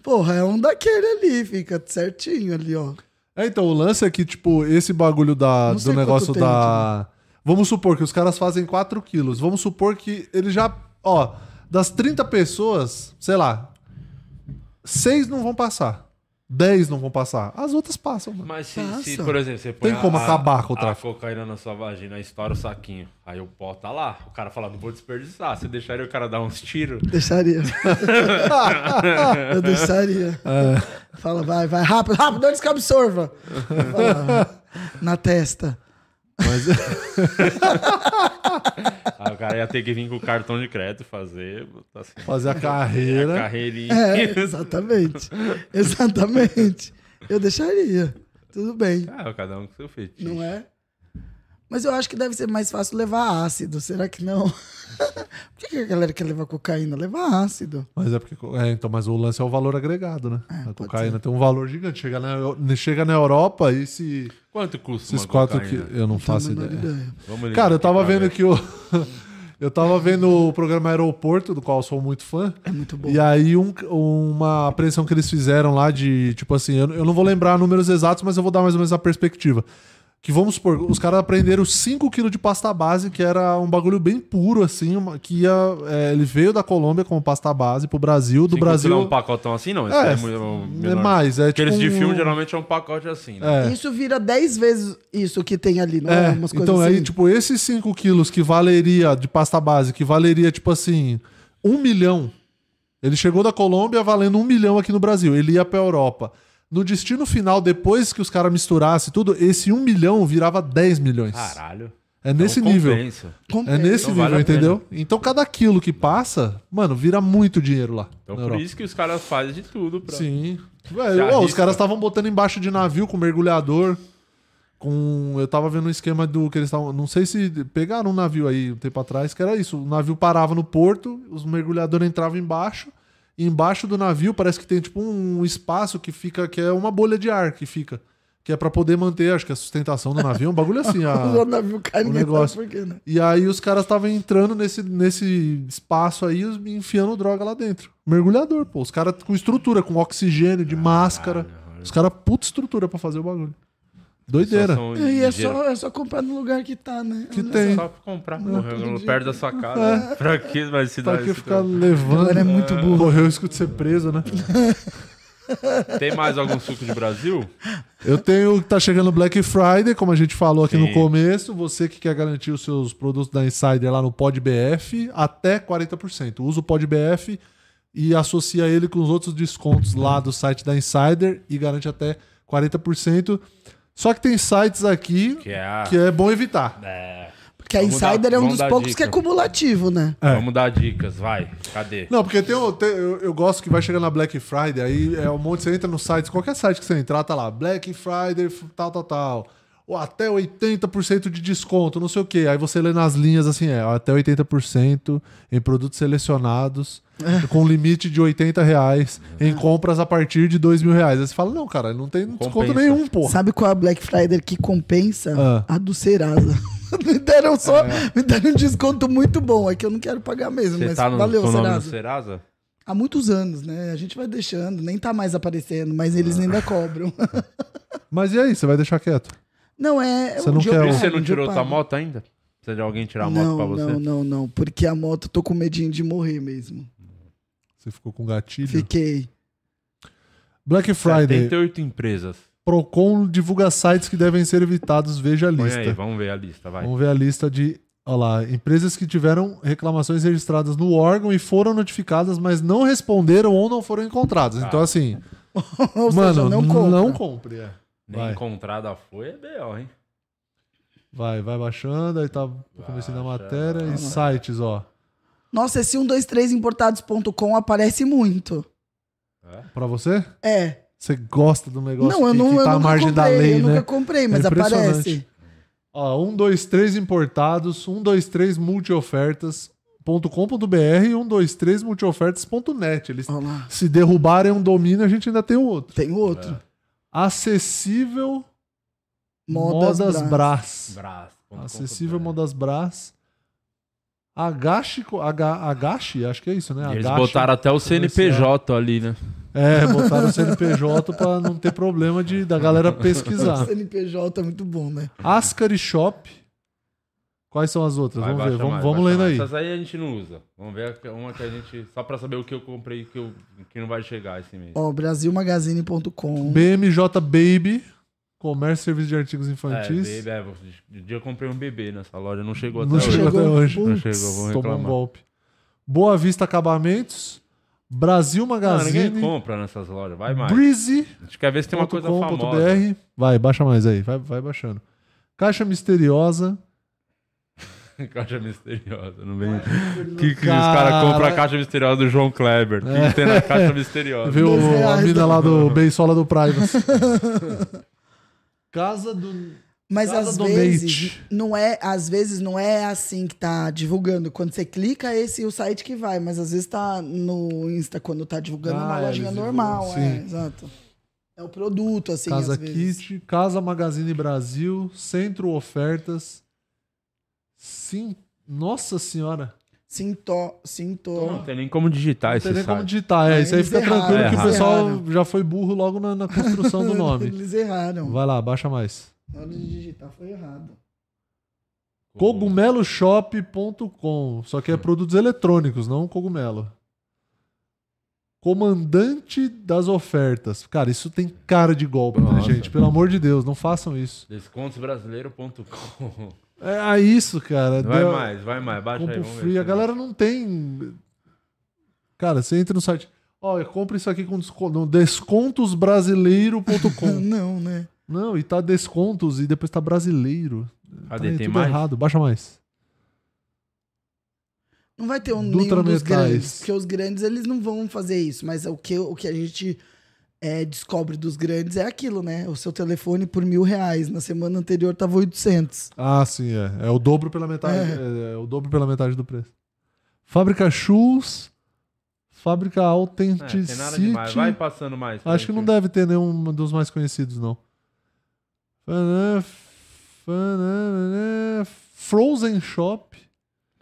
Porra, é um daquele ali, fica certinho ali, ó.
É, então, o lance é que, tipo, esse bagulho da,
Não
do
sei
negócio
quanto tem, tipo.
da. Vamos supor que os caras fazem 4 quilos. Vamos supor que ele já. Ó, das 30 pessoas, sei lá. 6 não vão passar. 10 não vão passar. As outras passam, mano.
Mas se,
Passa.
se, por exemplo, você põe
Tem como acabar com o
a
tráfico.
cocaína na sua vagina, aí estoura o saquinho. Aí o pó tá lá. O cara fala, não vou desperdiçar. Você deixaria o cara dar uns tiros?
[laughs]
Deixaria. eu deixaria.
É.
Fala, vai, vai, rápido, rápido, antes que absorva. Fala, na testa.
Aí o cara ia ter que vir com o cartão de crédito fazer botar assim,
Fazer a
a
carreira.
carreirinha.
[laughs]
É, exatamente. Exatamente. Eu deixaria. Tudo bem,
Ah, cada um com seu feitiço.
não é? Mas eu acho que deve ser mais fácil levar ácido, será que não? [laughs] Por que que a galera quer levar cocaína? Levar ácido.
Mas é porque. É, então, mas o lance é o valor agregado, né? a
É, pode
cocaína tem um valor gigante. Chega na, Eu- chega na Europa e se.
Quanto custa
Esses
uma
4
cocaína?
quilos. Eu não
Não tenho a
faço
menor
ideia.
ideia.
Vamos ligar
Cara, eu
aqui
tava
pra
vendo
ver.
que o. [laughs] Eu tava vendo o programa Aeroporto, do qual eu sou muito fã.
É muito bom.
E aí, um- uma apreensão que eles fizeram lá de, tipo assim, eu, eu não vou lembrar números exatos, mas eu vou dar mais ou menos a perspectiva. Que vamos supor, os caras apreenderam 5kg de pasta base, que era um bagulho bem puro, assim, uma- que ia. é, ele veio da Colômbia como pasta base pro Brasil, do
Cinco
Brasil.
quilos É um pacotão assim, não. Esse
É,
é, muito-
é
menor.
mais, é
Aqueles
tipo
de filme
um-
geralmente é um pacote assim, né?
É.
Isso vira 10 vezes isso que tem ali, não é?
É,
Umas coisas
então
assim.
aí, tipo, esses 5 quilos que valeria de pasta base, que valeria, tipo assim, um milhão. Ele chegou da Colômbia valendo um milhão aqui no Brasil. Ele ia pra Europa. No destino final, depois que os caras misturassem tudo, esse um milhão virava 10 milhões.
Caralho.
é nesse
Então
nível.
compensa.
É nesse
Então
nível,
vale a
entendeu? Então cada quilo que passa, mano, vira muito dinheiro lá.
Então
na
por
Europa.
isso que os caras fazem de tudo pra...
Sim.
Se
Velho, ó, os
arrisca.
caras estavam botando embaixo de navio com mergulhador. Com. Eu tava vendo um esquema do que eles estavam. Não sei se pegaram um navio aí um tempo atrás, que era isso. O navio parava no porto, os mergulhadores entravam embaixo. E embaixo do navio parece que tem tipo um espaço que fica. que é uma bolha de ar que fica. Que é pra poder manter, acho que a sustentação do navio. Um bagulho assim. a-
O navio cai,
o
ninguém
negócio.
sabe por quê, né?
e aí os caras estavam entrando nesse, nesse espaço aí os- enfiando droga lá dentro. Mergulhador, pô. Os caras com estrutura, com oxigênio, de máscara. Os caras puta estrutura pra fazer o bagulho. Doideira.
Só são
E é
ligeiro.
só, é só comprar no lugar que tá, né?
Que
Olha
tem.
Só pra comprar, porra, perto da sua
É.
casa. [laughs] Pra que vai se dar
Pra que
isso?
ficar
só,
levando.
Ela é muito burra.
Correu o risco de ser preso, né?
Tem mais algum suco de Brasil?
Eu tenho. Tá chegando Black Friday, como a gente falou aqui no
Sim.
começo. Você que quer garantir os seus produtos da Insider lá no PodBF, até 40%. Usa o PodBF e associa ele com os outros descontos lá do site da Insider e garante até 40%. Só que tem sites aqui
Que é a...
que é bom evitar.
É.
Porque a
Vamos dar-
Insider é um
vamos
dos
dar
poucos
dica.
que é cumulativo, né?
É.
Vamos dar dicas, vai. Cadê?
Não, porque tem, o- tem- eu, eu gosto que vai chegando na Black Friday, aí é um monte, você entra no site, qualquer site que você entrar, tá lá, Black Friday, f- tal, tal, tal. Ou até 80% de desconto, não sei o quê. Aí você lê nas linhas assim, é, até 80% em
[laughs]
produtos selecionados, com limite de 80 reais, em compras a partir de 2 mil reais. Aí você fala, não, cara, não tem desconto
Compensa.
nenhum, porra.
Sabe qual é a Black Friday que compensa?
Ah.
A do Serasa. [laughs] me deram só, me deram um desconto muito bom. É que eu não quero pagar mesmo,
Você
mas
tá no
valeu,
seu nome no
Serasa.
Serasa?
há muitos anos, né? A gente vai deixando, nem tá mais aparecendo, mas eles
Ah.
ainda cobram. [laughs]
Mas e aí, você vai deixar quieto?
Não, é.
Você
um
não
dia eu
quer
Por
um-
pago,
isso você
um
não
dia eu
tirou sua
pago.
moto ainda? Precisa de alguém tirar a moto
não,
pra você?
Não, não, não. Porque a moto, eu tô com medinho de morrer mesmo.
Você ficou com gatilho.
Fiquei. [laughs]
Black Friday.
78 empresas.
Procon divulga sites que devem ser evitados. Veja a
Põe
lista.
aí, vamos ver a lista, vai.
Vamos ver a lista de. Olha lá, empresas que tiveram reclamações registradas no órgão e foram notificadas, mas não responderam ou não foram encontradas. Então, assim,
Ou
mano,
seja, não
não
compra.
compre. é.
Nem
Vai.
encontrada foi, é B.O., hein?
Vai, vai baixando, aí tá o comecinho da
Baixa.
matéria. E sites, ó.
Nossa, esse 123importados.com aparece muito.
É.
Pra você?
É.
Você gosta do negócio
não, eu
que,
não,
que
eu
tá à
nunca
margem
comprei,
da lei,
eu
né?
nunca comprei, mas
É impressionante.
aparece.
Ó, 1, 2, 3 importados, 1, 2, 3 multiofertas.com.br e 1, 2, 3 multiofertas.net. Eles
Olha lá.
se derrubarem um domínio, a gente ainda tem outro.
Tem outro.
É. Acessível
Modas,
Modas
Brás.
Brás.
Braço.
Acessível Modas Brás. Agashi, co- Aga- Agashi, acho que é isso, né?
Eles
Agashi.
botaram até o CNPJ ali, né?
É, botaram o CNPJ [laughs] pra não ter problema de, da
[laughs]
galera
[laughs]
pesquisar.
CNPJ é muito bom, né?
Ascari Shop. Quais são as outras?
Vai,
vamos
baixa
ver, vamos,
mais,
vamos
baixa
lendo
mais.
aí.
Essas aí a gente não usa. Vamos ver a- uma que a gente. Só pra saber o que eu comprei que, eu, que não vai chegar esse mês.
Ó, brasilmagazine.com.
BMJ Baby, comércio e serviço de artigos infantis.
É, bebê, é, um dia eu comprei um bebê nessa loja, não chegou até
não
hoje.
chegou até hoje.
Não chegou, vamos
Tomou um
reclamar.
golpe. Boa Vista Acabamentos, Brasil
Não, ninguém
Magazine,
compra nessas lojas, vai mais.
Breezy.com.br.
A gente quer ver se tem uma coisa famosa.
Vai, baixa mais aí, vai, vai baixando. Caixa Misteriosa.
[laughs] Caixa misteriosa, não vem. Que, que os caras compram a caixa misteriosa do João Kleber? O que,
É.
que tem na caixa misteriosa?
Vê o,
Dois
a
reais.
mina lá
[laughs]
do Beisola do Privacy. Casa do.
Mas
Casa
às
do
vezes
Mate.
não é, às vezes não é assim que tá divulgando. Quando você clica, esse é o site que vai, mas às vezes tá no Insta quando tá divulgando
Ah,
uma
é,
lojinha
eles
normal,
divulgam,
é,
sim.
exato. É o produto assim,
Casa
às vezes.
Kit, Casa Magazine Brasil, Centro Ofertas. Sim. Nossa senhora.
Sinto, sinto.
Não tem nem como digitar
Não
esse
tem nem
site.
como digitar. É,
Ah,
isso aí
eles
fica
erraram,
tranquilo que o
eles
pessoal
erraram.
já foi burro logo na, na construção
[laughs]
do nome.
Eles erraram.
Vai lá, baixa mais.
Na hora de digitar foi errado.
Cogumeloshop.com. Só que é produtos eletrônicos, não cogumelo. Comandante das ofertas. Cara, isso tem cara de golpe, né,
Nossa.
gente? Pelo amor de Deus, não façam isso.
Descontosbrasileiro.com.
É ah, isso, cara.
Vai
Deu-
mais, vai mais, baixa aí.
Compro
vamos ver
free.
se é
A
tem.
galera não tem. Cara, você entra no site. Olha, compra isso aqui com desconto. não,
[laughs]
Descontosbrasileiro.com.
Não, né?
não, e tá descontos e depois tá brasileiro.
Cadê?
tá
tem
tudo
mais?
errado. Baixa mais.
Não vai ter um
Dutra
nenhum dos
Metais.
grandes, porque os grandes eles não vão fazer isso, mas o que, o que a gente é, descobre dos grandes é aquilo, né? O seu telefone por mil reais, na semana anterior tava 800.
Ah, sim, é. É o dobro pela metade. É, é o dobro pela metade do preço. Fábrica Shoes. Fábrica
É,
Authenticity.
tem nada demais. Vai passando mais. pra
Acho que
gente
não
ver.
deve ter nenhum dos mais conhecidos, não. Fanã, fanã, fanã, Frozen Shop.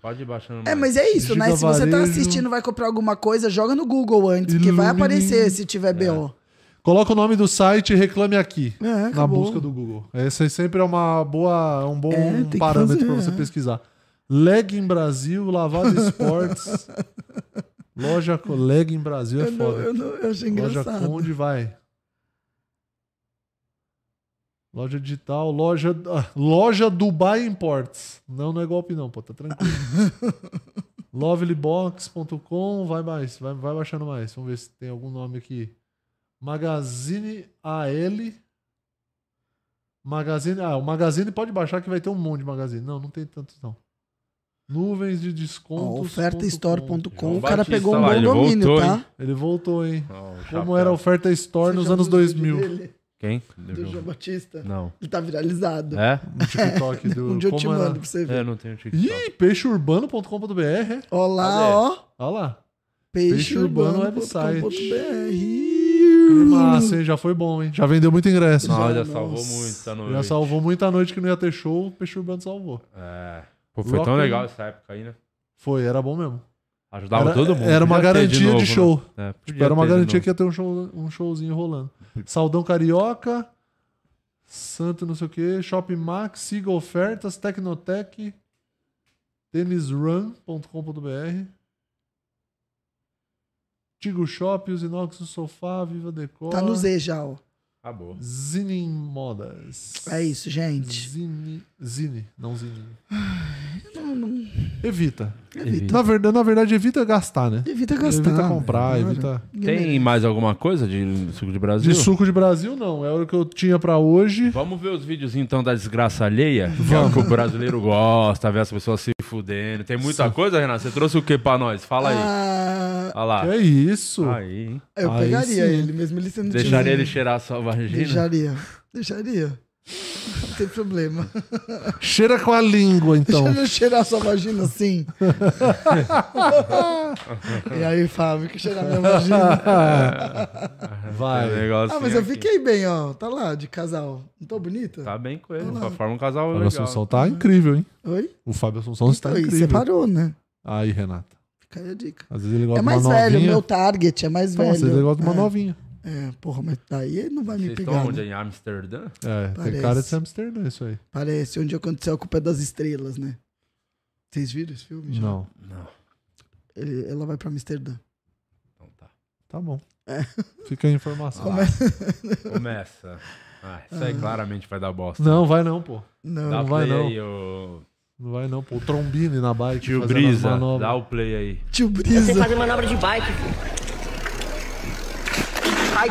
Pode ir baixando mais.
É, mas é isso, né?
Giga
Se você tá
Varejo.
assistindo, vai comprar alguma coisa, joga no Google antes, porque vai
Illumine.
aparecer se tiver BO.
Coloca o nome do site e reclame aqui.
É,
na
acabou.
busca do Google. Esse aí sempre é uma boa, um bom
É, tem que
parâmetro para
fazer,
você
é.
pesquisar. Legging Brasil, Lavada
[laughs]
Esportes. Loja com Legging Brasil é
Eu, não,
foda.
eu, não, eu achei
Loja
engraçado.
Conde vai. Loja digital, loja, [laughs] ah, loja Dubai Imports. Não, não é golpe não, pô, tá
[laughs]
tranquilo. Lovelybox.com, vai mais, vai, vai baixando mais. Vamos ver se tem algum nome aqui. Magazine AL. Magazine, ah, o Magazine pode baixar que vai ter um monte de magazine. Não, não tem tantos não. Nuvens de
Ó,
desconto.
Ofertastore.com,
João
o cara
Batista
pegou um
lá,
bom
ele
domínio,
voltou,
tá?
hein?
Ele voltou, hein?
Ó, o chapéu.
Como era a oferta Store
Você
nos
já
anos
viu o vídeo
2000.
dele,
Quem?
do João Batista.
Não.
Ele tá viralizado.
É?
No TikTok
[laughs]
do.
um dia eu
como
te
era?
mando Tá. pra você
É,
ver.
não tenho TikTok.
Ih, peixeurbano.com.br. é?
Ó lá,
Cadê?
ó.
Olha lá.
peixeurbano.com.br. Hum.
Massa, hein? Ah, Já foi bom, hein? Já vendeu muito ingresso.
Não, olha,
nossa.
salvou muito tá essa noite.
Já salvou muita noite que não ia ter show, o Peixe Urbano salvou.
É. Pô, foi
Rock
tão
in-
legal essa época aí, né?
Foi, era bom mesmo.
Ajudava
Era-
todo mundo.
era uma
Podia ter
garantia de
novo, né?
show.
É,
Tipo,
podia
era uma
ter de
garantia
novo. Uhum.
que ia ter um, show- um showzinho rolando. Saldão Carioca, Santo não sei o que, Shopping Max, Siga Ofertas, Tecnotec, tenisrun.com.br, Tigo Shop, Usinox, Sofá, Viva Decor,
Tá no Z já, ó.
Acabou.
Zinin Modas.
É isso,
Hum.
gente.
Zine, Zine, não Zine. Evita.
Evita.
Na verdade, na verdade, evita gastar, né?
Evita gastar.
evita comprar,
né?
evita...
Tem mais alguma coisa de suco de Brasil?
De suco de Brasil, não. É o que eu tinha pra hoje.
Vamos ver os vídeos então da desgraça alheia? Que é o que o brasileiro gosta, ver as pessoas se fudendo. Tem muita coisa, Renato? Você trouxe o que pra nós? Fala aí.
Ah,
Olha lá.
É isso.
Aí, hein?
eu
Aí
pegaria
sim.
ele, mesmo ele sendo
Deixaria ele
tiozão.
cheirar a sua vagina?
Deixaria. Deixaria. Não tem problema.
Cheira com a
[laughs]
língua, então.
[laughs] Deixa eu cheirar sua
[laughs]
vagina assim. e aí, Fábio, que cheirar minha vagina.
Tem um
Vai.
negocinho
Ah, mas eu
aqui.
fiquei bem, ó. Tá lá, de casal. Não tô bonita?
Tá bem com ele. Pra formar um casal
O Fábio
legal.
Assunção tá incrível, hein?
Oi?
O Fábio Assunção está
Oi,
tá incrível.
separou, né?
Aí, Renata.
Fica aí a dica.
Às vezes ele gosta
é
de
mais
uma
velho,
novinha.
meu target é mais
Então, às
velho.
vezes ele gosta de uma
é,
novinha.
é, porra, mas daí ele não vai me
Vocês
pegar.
estão onde?
né?
Em Amsterdã?
É, tem
Parece.
cara de ser Amsterdã, isso aí.
Parece onde aconteceu a culpa das estrelas, né? Vocês viram esse filme? já?
Não.
Não.
Ele- ela vai pra Amsterdã.
Então tá.
Tá bom.
É.
Fica a informação.
Começa. Ah, isso aí claramente vai dar bosta.
Não, vai não, pô.
Não.
Dá
não vai
play
não.
aí, ô.
Não vai não, pô. O Trombini na bike.
Tio
fazendo as
Brisa.
manobras.
Dá o play aí.
[laughs]
Tio Brisa.
fazer manobra de bike, filho. Ai.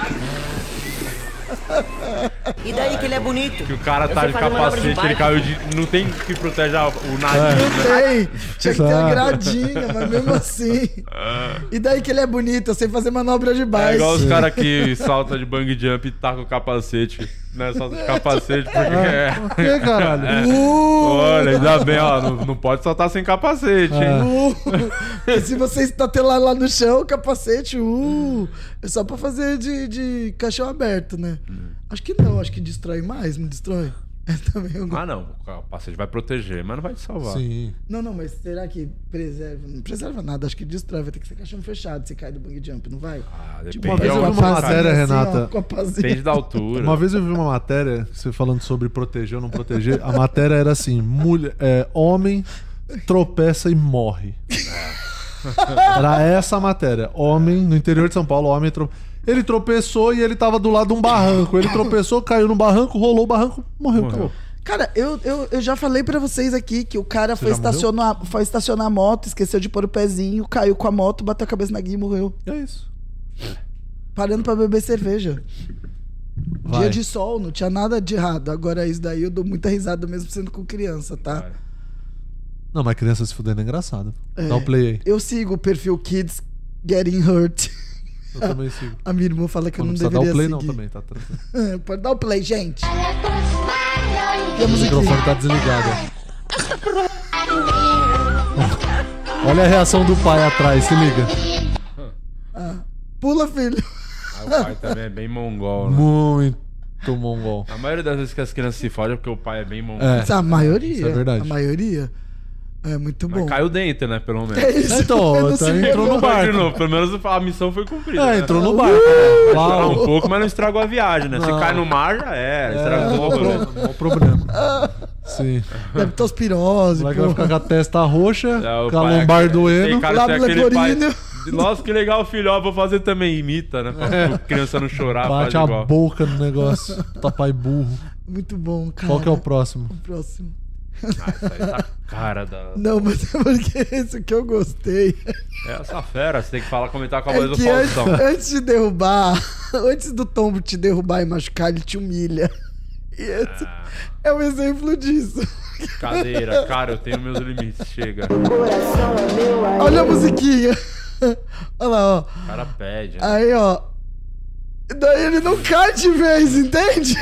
E daí que ele é bonito?
Que o cara tá de
sei fazer manobra de
capacete, ele
bike.
caiu de. Não tem que proteger o
É.
nariz. né?
Tem, tinha que ter uma
Exato.
gradinha, mas
[laughs]
mesmo assim. E daí que ele é bonito, eu sei fazer manobra de
É
baixo.
igual os caras que salta de bang jump e taca o capacete. Né? Salta de capacete porque é.
Por que, caralho?
[laughs] Uh!
Olha, ainda bem, ó. Não, não pode saltar sem
É.
capacete, hein?
Uh, e se você estatelar lá no chão, o capacete, uh, é só pra fazer de, de caixão aberto, né?
Hum.
Acho que não, acho que destrói mais, não destrói? É também um...
Ah, não. O capacete vai proteger, mas não vai te salvar.
Sim.
Não, não, mas será que preserva? Não preserva nada, acho que destrói, vai ter que ser caixão fechado, você cai do bug jump, não vai?
Ah, depende.
uma vez
é
eu
uma
vi uma
sacada.
matéria, Renata.
assim, ó, com a pazinha.
Depende da altura.
[laughs] Uma vez eu vi uma matéria, você falando sobre proteger ou não proteger, a matéria era assim: mulher, é, homem tropeça e morre. Era essa a matéria. Homem, no interior de São Paulo, homem trope... Ele tropeçou e ele tava do lado de um barranco. Ele tropeçou, caiu no barranco, rolou o barranco, morreu. acabou.
Cara, eu, eu, eu já falei pra vocês aqui que o cara foi
já morreu?
estacionar, foi estacionar a moto, esqueceu de pôr o pezinho, caiu com a moto, bateu a cabeça na guia e morreu.
É isso.
Parando pra beber cerveja.
Vai.
Dia de sol, não tinha nada de errado. Agora isso daí eu dou muita risada mesmo sendo com criança, tá?
Vai.
Não, mas criança se fudendo é engraçado.
É.
Dá o play aí.
Eu sigo o perfil Kids Getting Hurt. [laughs]
Eu também sigo.
A minha irmã fala que
Mas não precisa
eu não
dar
deveria
o play, não,
seguir.
também, tá tranquilo.
[laughs] É, Pode dar o play, gente.
Smile
E a
O microfone
musiquinha?
tá desligado.
on you.
Olha a reação do pai atrás, se liga.
Pula, filho.
Ah, o pai também é bem mongol, né?
Muito mongol.
A maioria das vezes que as crianças se fodem é porque o pai é bem mongol.
É.
A maioria.
Isso é verdade.
A maioria. É muito
Mas
bom.
caiu dentro, né? Pelo menos.
[laughs] É isso.
Então,
eu não
tá
se
[laughs] entrou no
pegou.
Não, mas de
barco.
novo, Pelo menos a missão foi cumprida.
É,
né?
entrou no barco. né?
Chorar um
Uau.
pouco, mas não estragou a viagem, né?
Não. É.
Se cai no mar, já era. Estragou.
Não,
né?
não, problema. Sim.
Leptospirose,
O moleque vai
pô.
ficar com a testa roxa,
É, o
com a
pai-
lombar
Tem
doendo.
cara que é
lábio
aquele pai...
leporino.
Nossa, que legal, filho. Ó, vou fazer também. Imita, né? Pra pra criança não chorar, faz
É. Bate a
igual.
boca no negócio. Tá pai burro.
Muito bom, cara.
Qual que é o próximo?
próximo?
Ah, isso aí tá cara da...
Não, mas [laughs] é porque esse que eu gostei.
Essa fera, você tem que falar, comentar com a voz
É
do
que antes,
Faustão.
[laughs] antes de derrubar, [laughs] antes do tombo te derrubar e machucar, ele te humilha. E esse
Ah.
é um exemplo disso.
Cadeira, cara, eu tenho meus limites. Chega. O
Olha a musiquinha. [laughs] Olha lá, ó.
cara pede. Né?
Aí, ó. Daí ele não cai de vez, entende?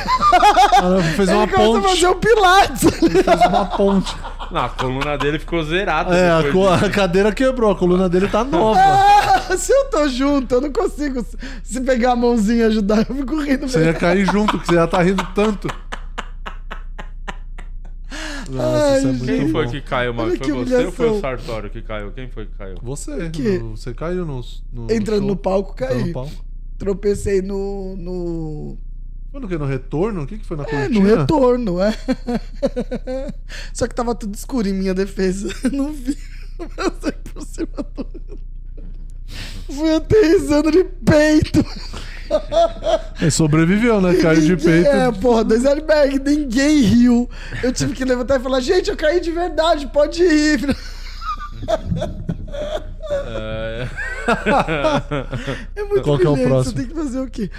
Caramba, fez É uma
ele começa a
ponte.
fazer
[laughs]
o pilates. ali.
Fez uma ponte.
Não, a coluna dele ficou zerada.
É, a,
depois
co-
disso.
a cadeira quebrou, a coluna dele tá nova.
Ah, se eu tô junto, eu não consigo se- se pegar a mãozinha e ajudar. Eu fico rindo.
Você ia cair junto, que você já tá rindo tanto. Nossa, isso é
Ai,
muito
Quem foi
bom.
que caiu, mano?
Olha
Foi
que
você ou
humilhação.
foi o Sartório que caiu? Quem foi que caiu?
Você,
Que-
no- você caiu no. no
Entrando
show.
no palco,
Entrando
caí.
no palco.
Tropecei no. no...
Foi no que? No retorno? O que, que foi na
É,
cortina?
no retorno, é. [laughs] Só que tava tudo escuro em minha defesa. [laughs] Não vi. Eu saí por cima do. Fui aterrissando de peito.
É, sobreviveu, né? Caiu de
Ninguém-
peito.
[laughs] É, porra, dois airbags, ninguém riu. Eu tive que levantar e falar, gente, eu caí de verdade, pode ir. [laughs] É muito
Qual que é o
brilhante,
próximo?
você tem que fazer o quê?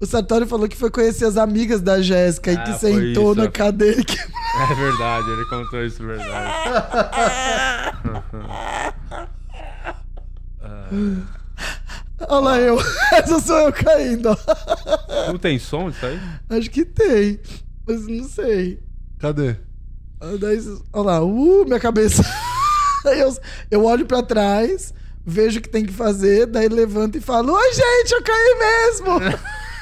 O Sartori falou que foi conhecer as amigas da Jéssica e que
Ah, foi
sentou
isso.
na cadeira e
[laughs]
que
É verdade, ele contou isso, é verdade.
Olha
Ah.
lá eu. [laughs] Essa sou eu caindo, ó.
Não tem som isso
[laughs]
aí?
Acho que tem. Mas não sei.
Cadê?
Ah, Daí, olha lá. Uh, minha cabeça. [laughs] Aí eu, eu olho pra trás, vejo o que tem que fazer, daí levanto e falo: Oi, gente, eu caí mesmo.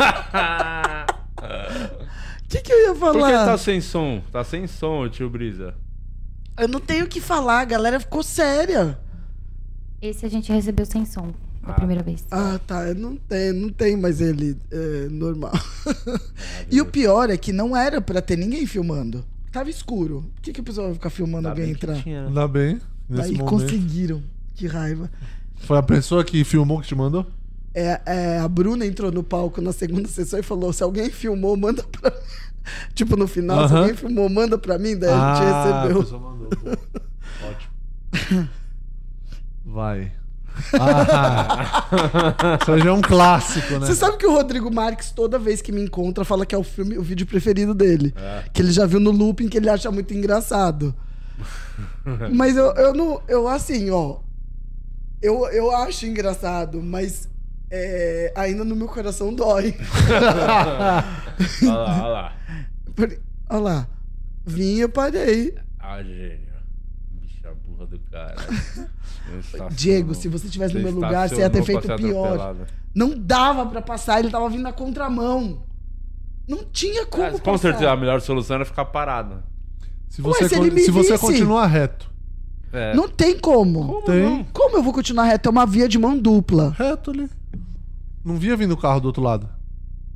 É.
O [laughs] que, que eu ia
Por que tá
falar?
sem som? Tá sem som, tio Brisa.
Eu não tenho o que falar, a galera ficou séria.
Esse a gente recebeu sem som a primeira vez.
Ah, tá. eu Não tem, não tem mais ele é,
[laughs]
normal. e o pior é que não era pra ter ninguém filmando. Tava escuro. Por que, que a pessoa vai ficar filmando alguém entrar?
Ainda bem. Nesse
Aí
momento.
conseguiram. Que raiva.
Foi a pessoa que filmou que te mandou?
É, é, a Bruna entrou no palco na segunda sessão e falou: se alguém filmou, manda pra mim. [laughs] Tipo, no final, se
Aham. é,
alguém filmou, manda pra mim. Daí É, a gente
Ah, a
recebeu.
pessoa mandou. Boa. Ótimo.
[laughs]
Vai. Ah,
[laughs]
isso aí já é um clássico, né?
Você sabe que o Rodrigo Marques, toda vez que me encontra, fala que é o filme, o vídeo preferido dele.
É.
Que ele já viu no looping, que ele acha
[laughs]
muito engraçado. mas eu, eu não. Eu assim, ó. Eu, eu acho engraçado, mas é, ainda no meu coração dói. [laughs]
Olha lá, olha lá.
Por- Olha lá. Vim e eu parei.
Ah, gênio. Bicha burra do
[laughs]
cara. Estacionou.
Diego, se você tivesse no meu lugar, você ia ter
estacionou
feito
pra ser
pior.
atropelado.
Não dava pra passar, ele tava vindo na contramão. Não tinha como é?
Ah, com
passar.
certeza, a melhor solução era ficar parado.
Se você,
Ué, se
con-
ele me
se você
visse?
continuar reto.
É.
Não tem como.
Tem.
não?
Como eu vou continuar reto? É uma via de mão dupla.
Reto ali. Não via vindo o carro do outro lado.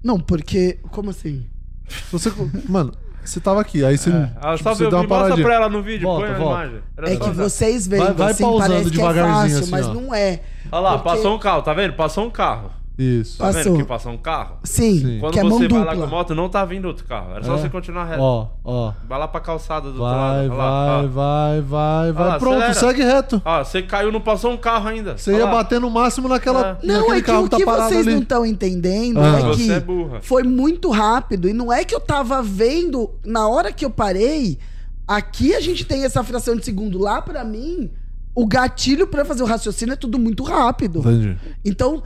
Não, porque. Como assim?
Se Você, con- [laughs] mano, você tava aqui, aí você,
É, Ela
tipo,
só
você
viu,
deu uma
mostra
paradinha.
pra ela no vídeo,
Volta,
põe
volta.
a imagem. Era
É
só
que
essa.
vocês veem,
Vai- vai
assim,
pausando
parece que é
devagarzinho,
fácil,
assim,
mas
ó.
não é.
Olha lá,
Porque-
passou um carro, tá vendo? Passou um carro.
Isso.
Tá
Passou.
vendo que passou um carro?
Sim,
Sim.
Quando
que é mão
você vai
dupla.
lá com a moto, não tá vindo outro carro. Era só você continuar reto.
É. Ó, ó.
Vai lá pra calçada do outro
Vai,
lado. Olha lá,
vai,
ó.
vai, vai, vai.
lá,
Pronto,
acelera.
segue reto.
Ó, você caiu, não passou um carro ainda.
Você
Olha
ia
lá.
bater no máximo naquela,
Não,
naquele
é que
carro
o
que tá
que
parado
vocês
ali.
não estão entendendo
Ah.
é que
Você é burra.
foi muito rápido. E não é que eu tava vendo, na hora que eu parei, aqui a gente tem essa fração de segundo. Lá pra mim, o gatilho pra fazer o raciocínio é tudo muito rápido.
Entendi.
Então,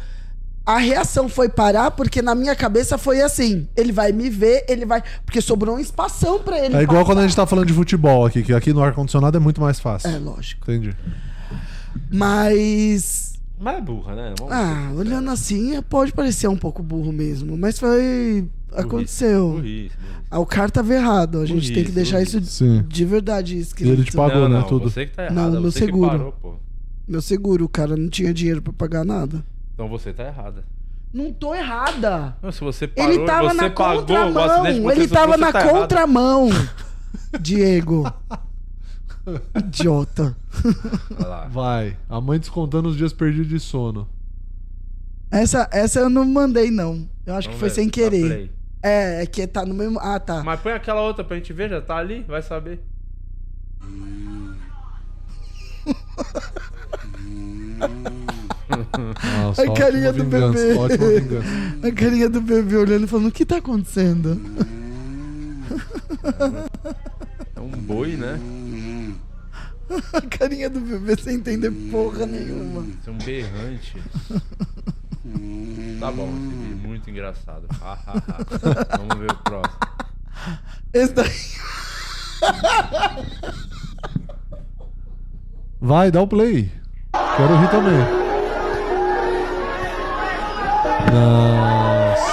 a reação foi parar, porque na minha cabeça foi assim: ele vai me ver, ele vai. Porque sobrou um espação pra ele.
É igual quando a
passar.
gente tá falando de futebol aqui, que aqui no ar-condicionado é muito mais fácil.
É, lógico.
Entendi.
Mas.
Mas é burra, né? Vamos
Ah, olhando assim, é- pode parecer um pouco burro mesmo, mas foi. Aconteceu.
Burrice, burrice.
Ah, o cara tava errado. A gente tem que
Burrice,
deixar
burrice.
isso
Sim.
de verdade
E
escrito.
ele te pagou,
não,
né?
não,
tudo.
Você que tá
Não,
errado.
no
você
seguro.
Que parou, pô.
Meu seguro, o cara não tinha dinheiro pra pagar nada.
Então você tá errada.
Não tô errada.
Não, se você parou,
Ele tava
você
na
pagou o
contramão.
acidente, você-
Ele
você
tava
tá
na
errada. [laughs]
contramão. Diego. Idiota.
Olha lá.
Vai. A mãe descontando os dias perdidos de sono.
Essa, essa eu não mandei, não. Eu acho que
Vamos
foi
ver,
sem
dá
querer.
play.
É, é que tá no mesmo. Ah, tá.
Mas põe aquela outra pra gente ver, já tá ali, vai saber.
Nossa,
A
ótima
carinha do
vingança,
bebê.
Ótima vingança.
A carinha do bebê olhando e falando: o que tá acontecendo? [laughs]
É um boi, né?
A carinha do bebê sem entender porra nenhuma.
Isso é um [laughs] berrante. Tá bom, esse vídeo é muito engraçado. Ha, ha, ha. Vamos ver o próximo.
Esse daí.
Vai, dá o play. Quero rir também. Nossa.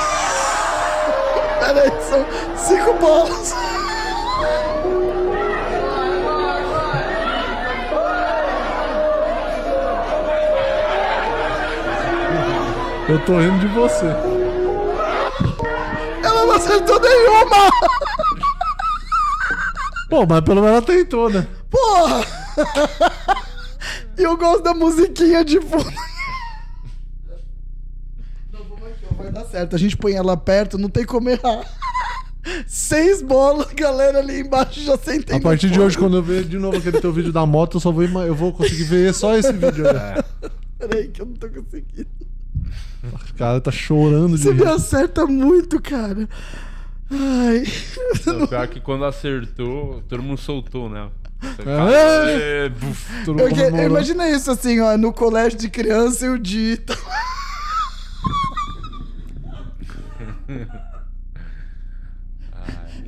Peraí, são cinco bolas.
Eu tô rindo de você.
Ela não acertou nenhuma!
Pô, mas pelo menos ela tentou, né?
Porra! E eu gosto da musiquinha de fundo. Não, vamos aqui, ó, Vai dar certo. A gente põe ela perto, não tem como errar. Seis bolas, galera ali embaixo já sem
A partir de hoje, quando eu ver de novo aquele teu vídeo da moto, eu só vou, ima- eu vou conseguir ver só esse vídeo. Né?
Peraí, que eu não tô conseguindo.
O cara tá chorando de
É. Você me
rir.
acerta muito, cara. Ai.
Não, pior que quando acertou, todo mundo soltou, né? Você-
É.
É, buf.
Todo
Eu, que- eu
comemorando.
imagino isso assim, ó, no colégio de criança eu dito.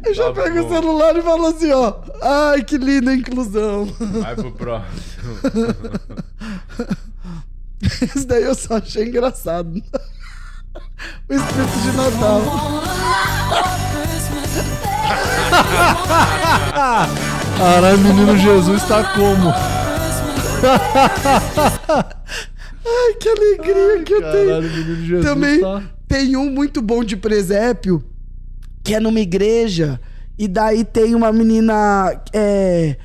Eu já
tá
pego o
bom.
celular e falo assim, ó. Ai, que linda inclusão. [laughs]
Vai pro próximo.
Isso daí eu só achei engraçado. [laughs] O espírito de Natal.
Caralho, menino Jesus tá como?
Ai, que alegria que eu tenho.
Caralho, menino Jesus
Também
tá...
tem um muito bom de presépio, que é numa igreja, e daí tem uma menina. é,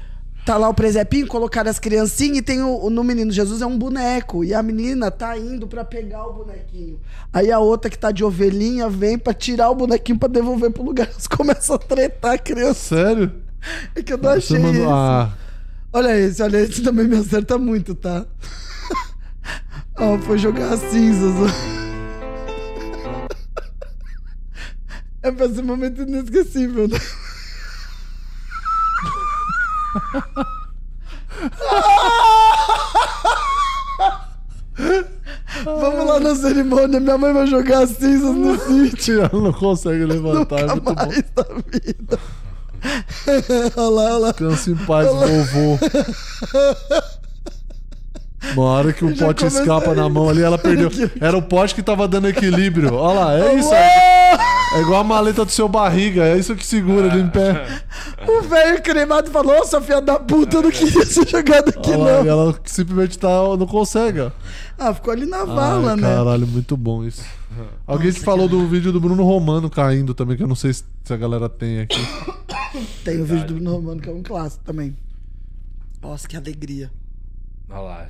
tá lá o presépio, colocaram as criancinhas, e tem o, o- no menino Jesus é um boneco. E a menina tá indo pra pegar o bonequinho. Aí a outra que tá de ovelhinha vem pra tirar o bonequinho pra devolver pro lugar. [laughs] Elas começam a tretar a criança.
Sério?
É que eu não achei isso.
Ah,
Olha esse, olha esse também me acerta muito, tá? Ó, foi jogar as cinzas. ó. É pra ser um momento inesquecível, né? Vamos lá na cerimônia, minha mãe vai jogar as cinzas no sítio.
ela não consegue levantar. é
Nunca
muito bom.
mais da vida. olha lá, olha lá.
Descanse em paz, vovô. Uma hora que o
já
pote
comecei.
escapa na mão ali, ela perdeu. Era o pote que tava dando equilíbrio. Olha lá, é isso. É
Ué!
igual a maleta do seu barriga, é isso que segura ele em pé.
O velho cremado falou, ô, Sofia da puta, eu não queria ser jogado aqui,
Olha lá, e
não.
ela simplesmente tá, não consegue. ó.
Ah, ficou ali na
Ai,
vala, né?
Caralho, muito bom isso. Alguém falou do vídeo do Bruno Romano caindo também, que eu não sei se a galera tem aqui.
Tem o vídeo do Bruno Romano, que é um clássico também. Nossa, que alegria.
Olha
[laughs]
lá.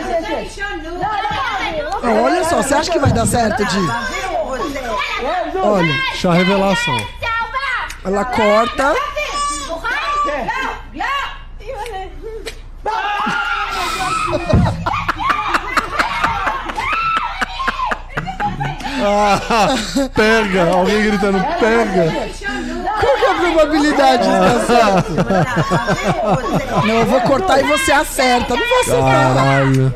essa-
Ah, olha só, você acha que vai dar certo, Di? Olha,
Chá revelação.
ela corta. é
Pega! Alguém gritando, pega!
Qual que é a probabilidade de
[laughs]
dar certo? Não, eu vou cortar e você acerta. Não vou acertar.
Caralho.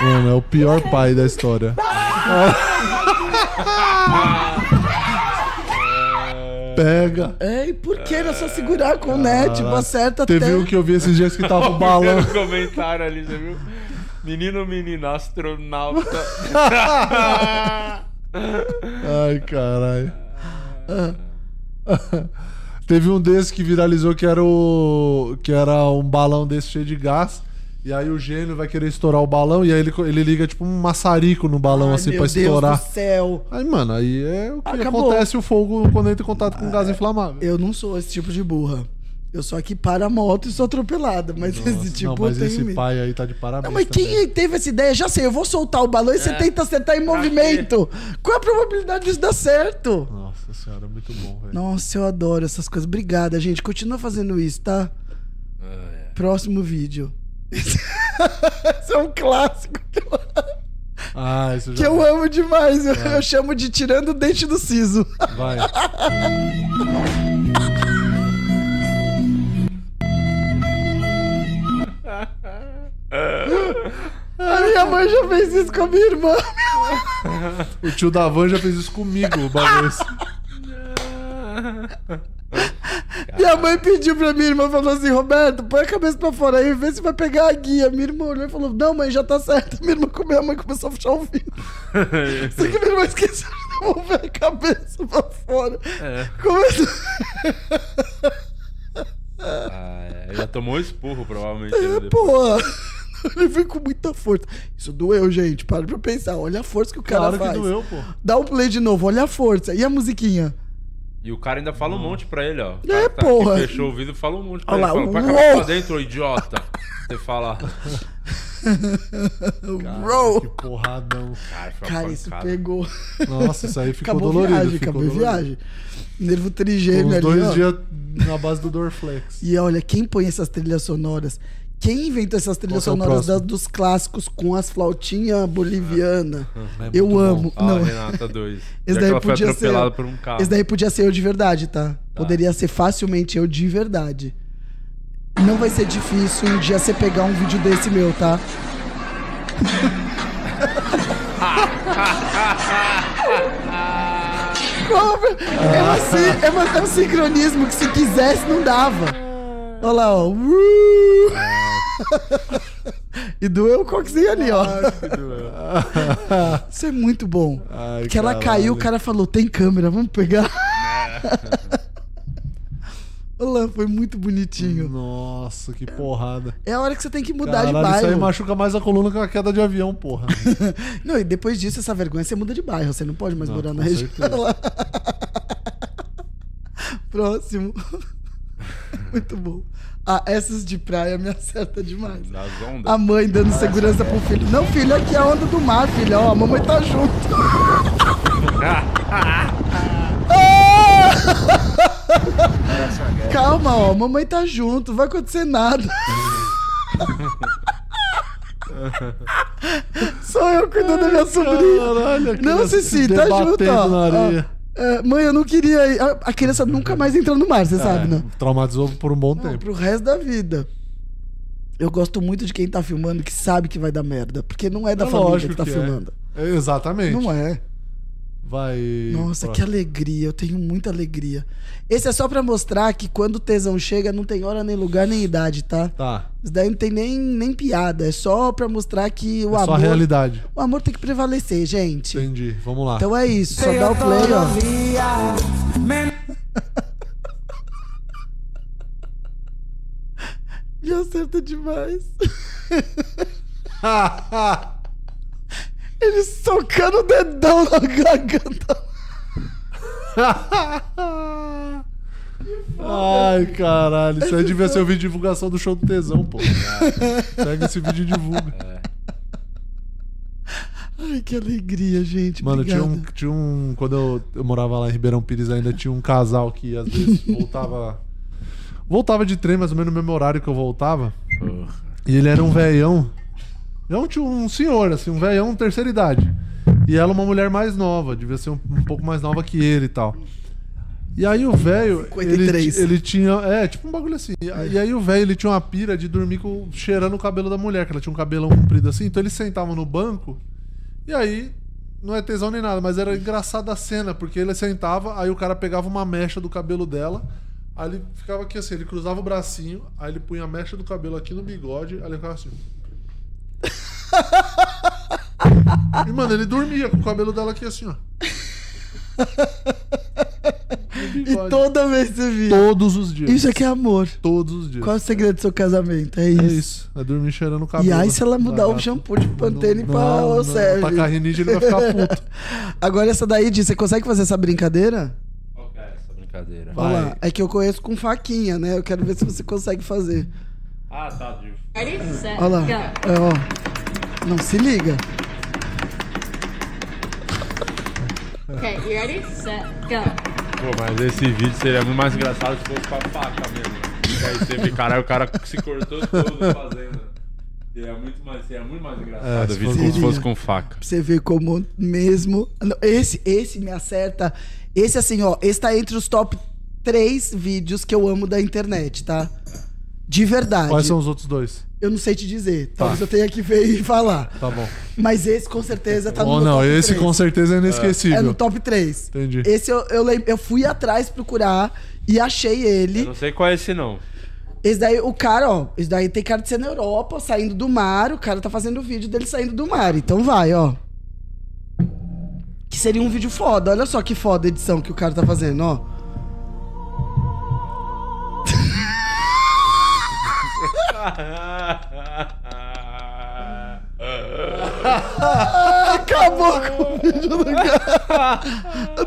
Mano, é o pior pai da história. Pega.
É, e por que era só segurar com o net? Tipo, acerta até.
Teve um que eu vi esses dias que tava o balão.
Primeiro um comentário ali, você viu? Menino, menina, astronauta.
Ai, caralho. Teve um desses que viralizou que era o que era um balão desse cheio de gás. E aí o gênio vai querer estourar o balão e aí ele, co- ele liga tipo um maçarico no balão
Ai,
assim
meu
pra
Deus
estourar.
do céu.
Aí, mano, aí é o que
Acabou. É.
acontece o fogo quando entra em contato com gás inflamável.
Eu não sou esse tipo de burra. Eu sou a que para a moto e sou atropelada. Mas esse tipo
não, mas
eu tenho
esse
medo.
pai aí tá de parabéns.
Não, mas
também.
quem é teve essa ideia? Já sei, eu vou soltar o balão e você tenta acertar em movimento. Qual a probabilidade disso dar certo?
Nossa senhora, muito bom, velho.
Nossa, eu adoro essas coisas. Obrigada, gente. Continua fazendo isso, tá? Próximo vídeo. [laughs] Esse é um clássico que eu,
Ah, isso
que
já
eu amo demais. Eu, eu chamo de tirando o dente do siso.
vai.
A minha mãe já fez isso com a minha irmã.
O tio da van já fez isso comigo, o
[laughs]
bagulho.
Minha mãe pediu pra minha irmã, falou assim, Roberto, põe a cabeça pra fora aí, vê se vai pegar a guia. Minha irmã olhou e falou, não mãe, já tá certo. Minha irmã, minha mãe começou a fechar o vidro. Só que minha irmã esqueceu de mover a cabeça
É.
pra fora. Começou...
Ah, é. ele já tomou um espurro, provavelmente. né, depois.
Pô, ele veio com muita força. Isso doeu, gente. Para pra pensar. Olha a força que o cara
Claro
faz.
que doeu, pô.
Dá um play de novo, olha a força. E a musiquinha?
E o cara ainda fala um monte pra ele, ó. O cara que
É,
tá aqui,
porra.
Fechou o vidro e fala um monte pra
Olha
ele.
lá,
Fala, põe a cabeça
uou.
pra dentro, ô idiota. Você fala.
Bro!
Porradão.
Cara, foi uma
Cara, isso
pancada.
pegou.
Nossa, isso aí ficou
acabou a
dolorido.
viagem,
ficou
acabou a
dolorido.
viagem. Nervo
Ficou
trigêmeo
Uns
ali. ó.
dois dias na base do Dorflex.
E olha, quem põe essas trilhas sonoras? Quem inventou essas trilhas
Qual que é o
sonoras
próximo?
das- dos clássicos com as flautinhas boliviana?
Hum,
É
Eu
muito
amo.
Ah,
Não,
Renata 2.
esse
Já que
daí
ela foi
podia ser.
atropelada por um carro.
Esse daí podia ser eu de verdade, tá? Poderia ser facilmente eu de verdade. Não vai ser difícil um dia você pegar um vídeo desse meu,
[laughs]
tá? Cover. É um, si- é uma- é um sincronismo que se quisesse não dava. Olha lá, ó. Uh! [laughs] e doeu o coxinho ali, ó. Isso é muito bom.
Ai,
que ela
caralho.
caiu, o cara falou: tem câmera, vamos pegar.
É.
[laughs] Olha lá, foi muito bonitinho.
Nossa, que porrada.
É a hora que você tem que mudar
Caralho,
de
isso aí é
bairro.
machuca mais a coluna que a queda de avião,
[laughs]
porra.
Não, e depois disso, essa vergonha, você muda de bairro. Você não pode mais
Não,
morar na
com
região.
certeza.
Olha lá. [laughs] Próximo. [laughs] Muito bom. Ah, essas de praia me acerta demais.
Das ondas.
A mãe dando segurança pro filho. Não, filho, aqui é a onda do mar, filho. Ó, a mamãe tá
[laughs]
junto. Ah! Calma, ó, a mamãe tá junto, não vai acontecer nada. Sou eu cuidando da minha sobrinha.
Caralho, a
Não,
criança
Cici,
se
tá junto,
debatendo
ó.
na
ó.
areia.
É, mãe, eu não queria ir. A, a criança nunca mais entra no mar, você
É.
sabe, né?
Traumatizou por um bom
Não,
tempo.
pro resto da vida. Eu gosto muito de quem tá filmando que sabe que vai dar merda. Porque não é da
É
família
lógico
que tá
que é.
filmando.
É, Exatamente.
Não é.
Vai.
Nossa, que
próximo.
alegria. Eu tenho muita alegria. Esse é só pra mostrar que quando o tesão chega, não tem hora, nem lugar, nem idade, tá?
Tá.
Isso daí não tem nem, nem piada. É só pra mostrar que o
É só a
amor.
realidade.
O amor tem que prevalecer, gente.
Entendi. Vamos lá.
Então é isso. Só dá o play, ó. Me acerta demais. Ele socando o dedão na garganta.
[laughs] Ai, caralho. Isso aí devia ser o vídeo de divulgação do show do tesão, pô. Pega esse vídeo e divulga.
Ai, que alegria, gente.
Mano, tinha um,
Obrigada.
tinha um. Quando eu, eu morava lá em Ribeirão Pires ainda, tinha um casal que às vezes voltava. voltava de trem, mais ou menos no mesmo horário que eu voltava. E ele era um velhão. Não, tinha um senhor, assim, um velhão terceira idade. E ela é uma mulher mais nova, devia ser um, um pouco mais nova que ele e tal. E aí o velho.
53.
Ele, ele tinha. É, tipo um bagulho assim. E aí- E aí o velho, ele tinha uma pira de dormir com, cheirando o cabelo da mulher, que ela tinha um cabelão comprido assim. Então ele sentava no banco. E aí, não é tesão nem nada, mas era engraçada a cena, porque ele sentava, aí o cara pegava uma mecha do cabelo dela, aí ele ficava aqui assim, ele cruzava o bracinho, aí ele punha a mecha do cabelo aqui no bigode, aí ele ficava assim. E, mano, ele dormia com o cabelo dela aqui assim, ó. No
E
bigode.
toda vez que você via.
Todos os dias.
Isso aqui é amor.
Todos os dias.
Qual é o segredo do seu casamento? É
É
isso.
isso. É dormir cheirando o cabelo.
E aí, se ela
da
mudar o
gata.
shampoo de Pantene
Não,
pra
não,
o Sérgio. [laughs]
Pra Carrinide, ele vai ficar puto.
Agora, essa daí, Di, você consegue fazer essa brincadeira?
Qual que é essa brincadeira?
Vai.
Olha lá, é que eu conheço com faquinha, né? Eu quero ver se você consegue fazer.
Ah, tá, de
Olha lá. É, ó. Não se liga.
Okay, you ready? Set, go.
Pô, mas esse vídeo seria muito mais engraçado se fosse com a faca mesmo. E aí você vê, caralho, o cara se cortou todo fazendo. Seria muito mais, seria muito mais
É,
engraçado
se
o vídeo como se fosse
fosse-
Seria.
com faca.
Pra você ver como mesmo. Não, Esse, esse me acerta. Esse, assim, ó. Esse tá entre os top 3 vídeos que eu amo da internet, tá? De verdade.
Quais são os Tá. outros dois?
Eu não sei te dizer. Talvez eu tenha que ver e falar.
Tá bom.
Mas esse, com certeza, tá no
Ou
meu
não,
top
esse
três.
com certeza é
É
inesquecível.
no top 3.
Entendi.
Esse eu, eu, lem- eu fui atrás procurar e achei ele.
Eu não sei qual é esse, não.
Esse daí, o cara, ó, esse daí tem cara de ser na Europa, saindo do mar, o cara tá fazendo o vídeo dele saindo do mar. Então vai, ó. Que seria um vídeo foda. Olha só que foda a edição que o cara tá fazendo, ó. Acabou com o vídeo do cara.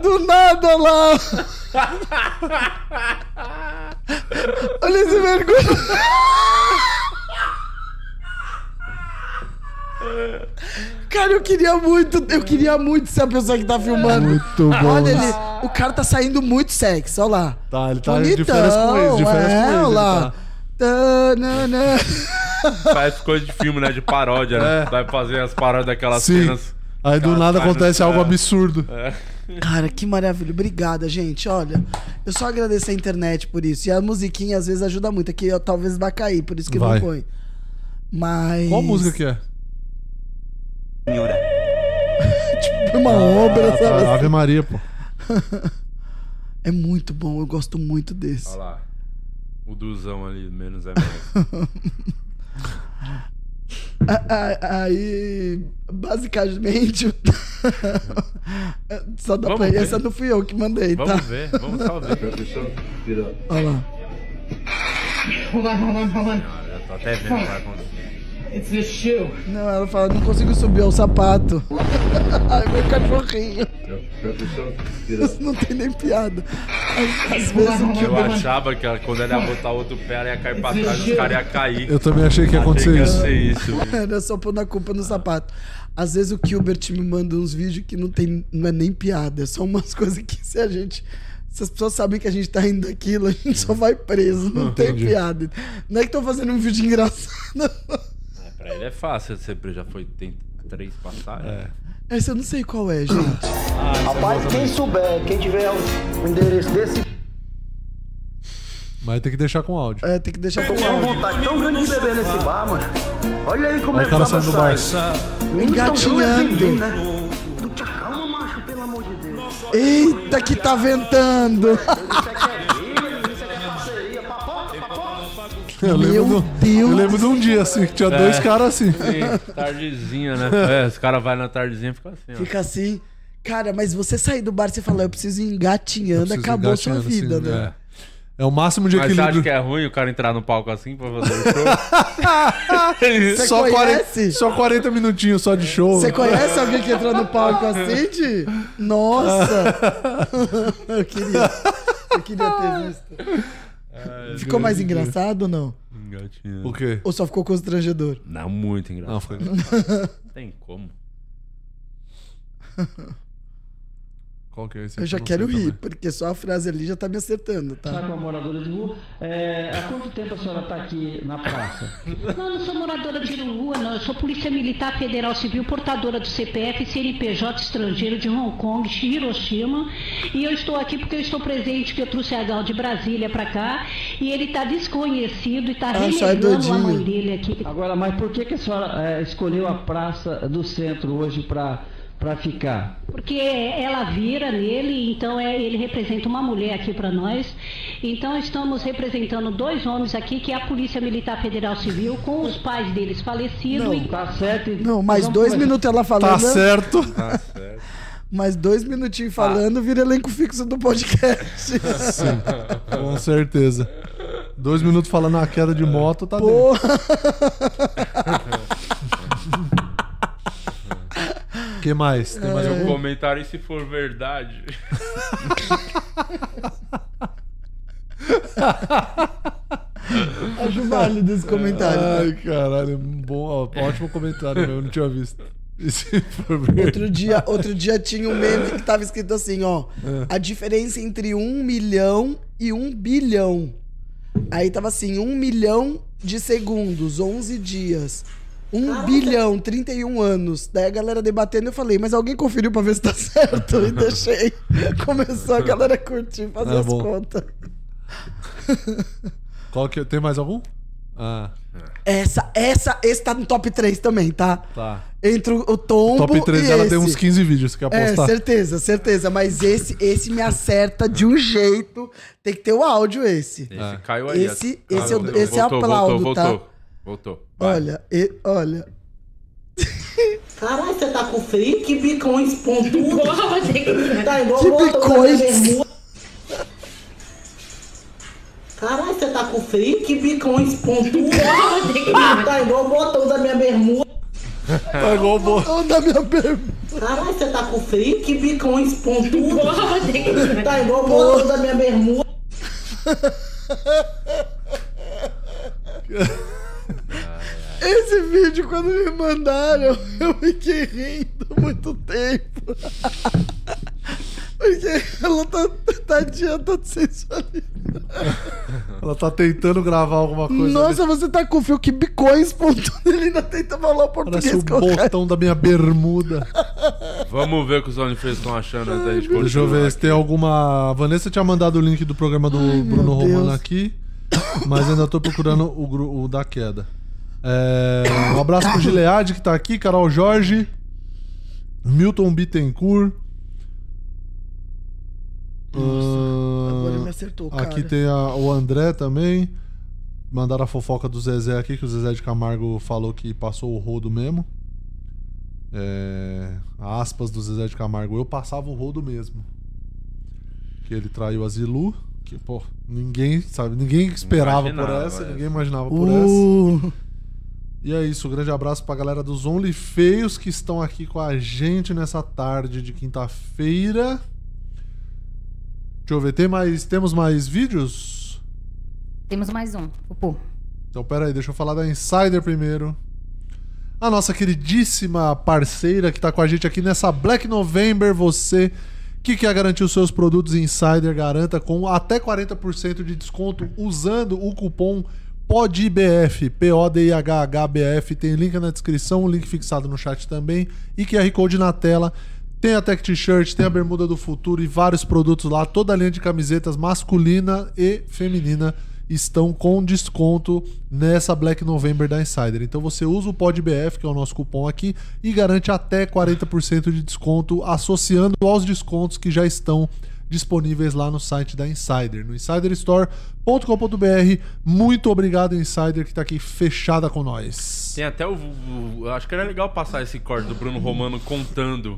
Do nada lá. Olha esse vergonha. Cara, eu queria muito, eu queria muito ser a pessoa que tá filmando.
Muito bom.
Ah, Olha ele, o cara tá saindo muito sexy, olha lá.
Tá, ele tá de férias com eles, de férias
é,
com eles,
olha lá.
ele tá.
Tanana.
Faz coisa de filme, né? De paródia. né? Vai fazer as paródias daquelas
Sim.
cenas.
Aí do
Cara,
nada
tá no
acontece
céu.
algo absurdo.
Cara, que maravilha. Obrigada, gente. Olha, eu só agradeço a internet por isso. E a musiquinha às vezes ajuda muito. Aqui ó, talvez vai cair, por isso que
Vai.
não põe. Mas.
Qual música que é? tipo,
Foi [laughs]
Ah,
uma
tá.
obra, sabe?
Ave Maria, pô.
É muito bom, eu gosto muito desse.
Olha lá. O Duzão ali, menos é mais.
A- a- Ah, Aí, [laughs] basicamente. Só dá
Vamos
pra...
ver.
Essa não fui eu que mandei, tá?
Vamos ver, vamos só ver.
Olha lá.
Hold on, hold on, hold on.
Cara, eu tô até vendo o que vai acontecer.
It's this shoe.
Não, ela fala, não consigo subir o sapato. [laughs] Ai, meu cachorrinho. Isso não tem nem piada. Às, às vezes o que
Eu achava que ela- quando ela ia botar outro pé, ela ia cair pra trás, os caras iam cair.
Eu também achei que ia
Achei que
acontecer
ia
isso.
ser isso. viu?
Era só pôr na culpa no sapato. Às vezes o Gilbert me manda uns vídeos que não tem. não é nem piada, é só umas [laughs] coisas que se a gente. Se as pessoas sabem que a gente tá rindo daquilo, a gente só vai preso. Não tem
Entendi.
piada. Não é que tô fazendo um vídeo engraçado. [laughs]
É, pra ele é fácil, sempre já foi, tem três
É,
passagens.
Essa eu não sei qual é, gente.
Rapaz, quem souber, quem tiver o endereço desse
Mas tem que deixar com áudio.
É, tem que deixar pra
Então,
Tinha
lá.
uma um vontade tão grande de beber nesse bar, mano. Olha aí como
Olha
é
o
que
cara
tá
saindo do bar.
Engatinhando.
né? Tu te acalma, macho, pelo amor de
[laughs]
Deus.
Eita, que tá ventando!
Isso aqui é vida, isso aqui é parceria. Papo, papo.
Eu
Meu
lembro, do, eu
Deus.
lembro de um dia assim, que tinha dois caras assim.
Sim, tardezinha,
[laughs]
né? É, os caras vão na tardezinha e ficam assim, ó.
[laughs] Fica assim. Cara, mas você sair do bar e você falar, eu preciso ir engatinhando,
Preciso
acabou sua
engatinhando,
vida,
assim,
né?
É. É o máximo de
Mas você acha
equilíbrio.
que é ruim o cara entrar no palco assim pra fazer o show?
[laughs]
Ele-
Você
Só, 40,
conhece?
só 40 minutinhos só de show. [laughs]
Você conhece alguém que entrou no palco assim, Di? Nossa! [laughs] eu queria. Eu queria ter visto.
É,
Ficou mais engraçado ou não?
Engatinhando.
O quê?
Ou só ficou constrangedor?
Não, muito engraçado.
Não, foi...
Não tem como.
Qual que é esse?
Eu já
não
quero
sei
rir,
também.
porque só a frase ali já tá me acertando, tá?
com a moradora de rua. É, há quanto tempo a senhora tá aqui na praça?
Não, eu não sou moradora de rua, não. Eu sou polícia militar federal civil, portadora do CPF, CNPJ estrangeiro de Hong Kong, Hiroshima. E eu estou aqui porque eu estou presente, que eu trouxe a Gal de Brasília para cá. E ele está desconhecido e está
Ah, só é
renegando a
doidinho.
mãe dele aqui.
Agora, mas por que, que a senhora eh, escolheu a praça do centro hoje pra, pra ficar?
Porque ela vira nele, então é, ele representa uma mulher aqui para nós. Então estamos representando dois homens aqui, que é a Polícia Militar Federal Civil, com os pais deles falecidos. e
Tá certo?
Não, mais dois minutos ela
Tá
falando.
certo.
Tá certo.
mais dois
Ah.
minutinhos falando, vira elenco fixo do podcast.
Com certeza. Dois minutos falando a queda de moto, tá dentro.
[laughs] Porra,
O que mais? Tem
É.
mais
Seu
algum?
um comentário, e se for verdade.
acho válido esse comentário. tá?
Ai, caralho. um Bom, ó, ótimo comentário, meu. Eu não tinha visto. [laughs] E se for
Outro dia, outro dia tinha um meme que tava escrito assim, ó.
É.
A diferença entre um milhão e um bilhão. Aí tava assim, um milhão de segundos, 11 dias. Um bilhão, 31 anos. Daí a galera debatendo, eu falei, mas alguém conferiu pra ver se tá [laughs] certo? E deixei. Começou a galera curtir, fazer
Ah,
as
bom.
contas.
Qual que é? Tem mais algum? Ah,
Essa, essa, esse tá no top 3 também, tá?
tá.
Entre o o tombo
Top 3
e
dela tem
esse.
uns 15 vídeos, você quer
É,
apostar?
certeza, certeza. Mas esse, esse me acerta de um jeito. Tem que ter o áudio esse.
É.
Esse caiu aí.
Esse-
ó.
esse eu-
Voltou,
esse eu
voltou,
aplaudo,
voltou,
tá?
Voltou, voltou. Vai.
Olha, e- olha.
Caralho, você tá com frio? Que bicões pontudo.
Porra,
Tá igual
Que
o outro,
bicões.
né, bermuda. Caralho, você tá com frio? Que bicões pontudos. tá igual o botão da minha bermuda.
É
Tá igual o bo-
[laughs] Ô, da minha bermuda.
Caralho, você tá com frio? Que bicões pontudos. tá igual o botão da minha bermuda.
Esse vídeo, quando me mandaram, [laughs] eu fiquei rindo muito tempo. [laughs] Porque ela tá, tadinha, tá sensualizada.
Ela tá tentando gravar alguma coisa. ali.
Nossa, você tá com o fio que bicões pontudo. [laughs] Ele ainda tenta falar o
Parece o
português correto.
botão da minha bermuda.
Vamos ver o que os OnlyFans estão achando antes da gente
Deixa eu ver se tem alguma. A Vanessa tinha mandado o link do programa do Bruno Romano
Deus.
aqui, mas ainda tô procurando o, gru- o da queda. É, Um abraço pro Gilead que tá aqui, Carol Jorge, Milton Bittencourt. Ahn,
Agora ele me acertou, cara.
Ah, Aqui tem a- o André também. Mandaram a fofoca do Zezé aqui, que o Zezé de Camargo falou que passou o rodo mesmo. É, aspas do Zezé de Camargo, eu passava o rodo mesmo. Que ele traiu a Zilu. Que, pô, ninguém sabe, ninguém esperava por
Imaginava
essa,
essa.
ninguém imaginava por essa.
Uh,
E é isso, um grande abraço pra galera dos Only Feios que estão aqui com a gente nessa tarde de quinta-feira. Deixa eu ver, tem mais, temos mais vídeos?
Temos mais um, Pupu.
Então, pera aí, deixa eu falar da Insider primeiro. A nossa queridíssima parceira que tá com a gente aqui nessa Black November, você que quer garantir os seus produtos Insider, garanta com até 40% de desconto usando o cupom PODIBF, P-O-D-I-H-H-B-F. Tem link na descrição, link fixado no chat também e QR Code na tela. Tem a Tech T-shirt, tem a bermuda do futuro e vários produtos lá. Toda a linha de camisetas masculina e feminina estão com desconto nessa Black November da Insider. Então você usa o PODBF, que é o nosso cupom aqui, e garante até 40% de desconto, associando aos descontos que já estão disponíveis lá no site da Insider, no insiderstore.com.br. Muito obrigado, Insider, que tá aqui fechada com nós.
Tem até o, o- Acho que era legal passar esse corte do Bruno Romano contando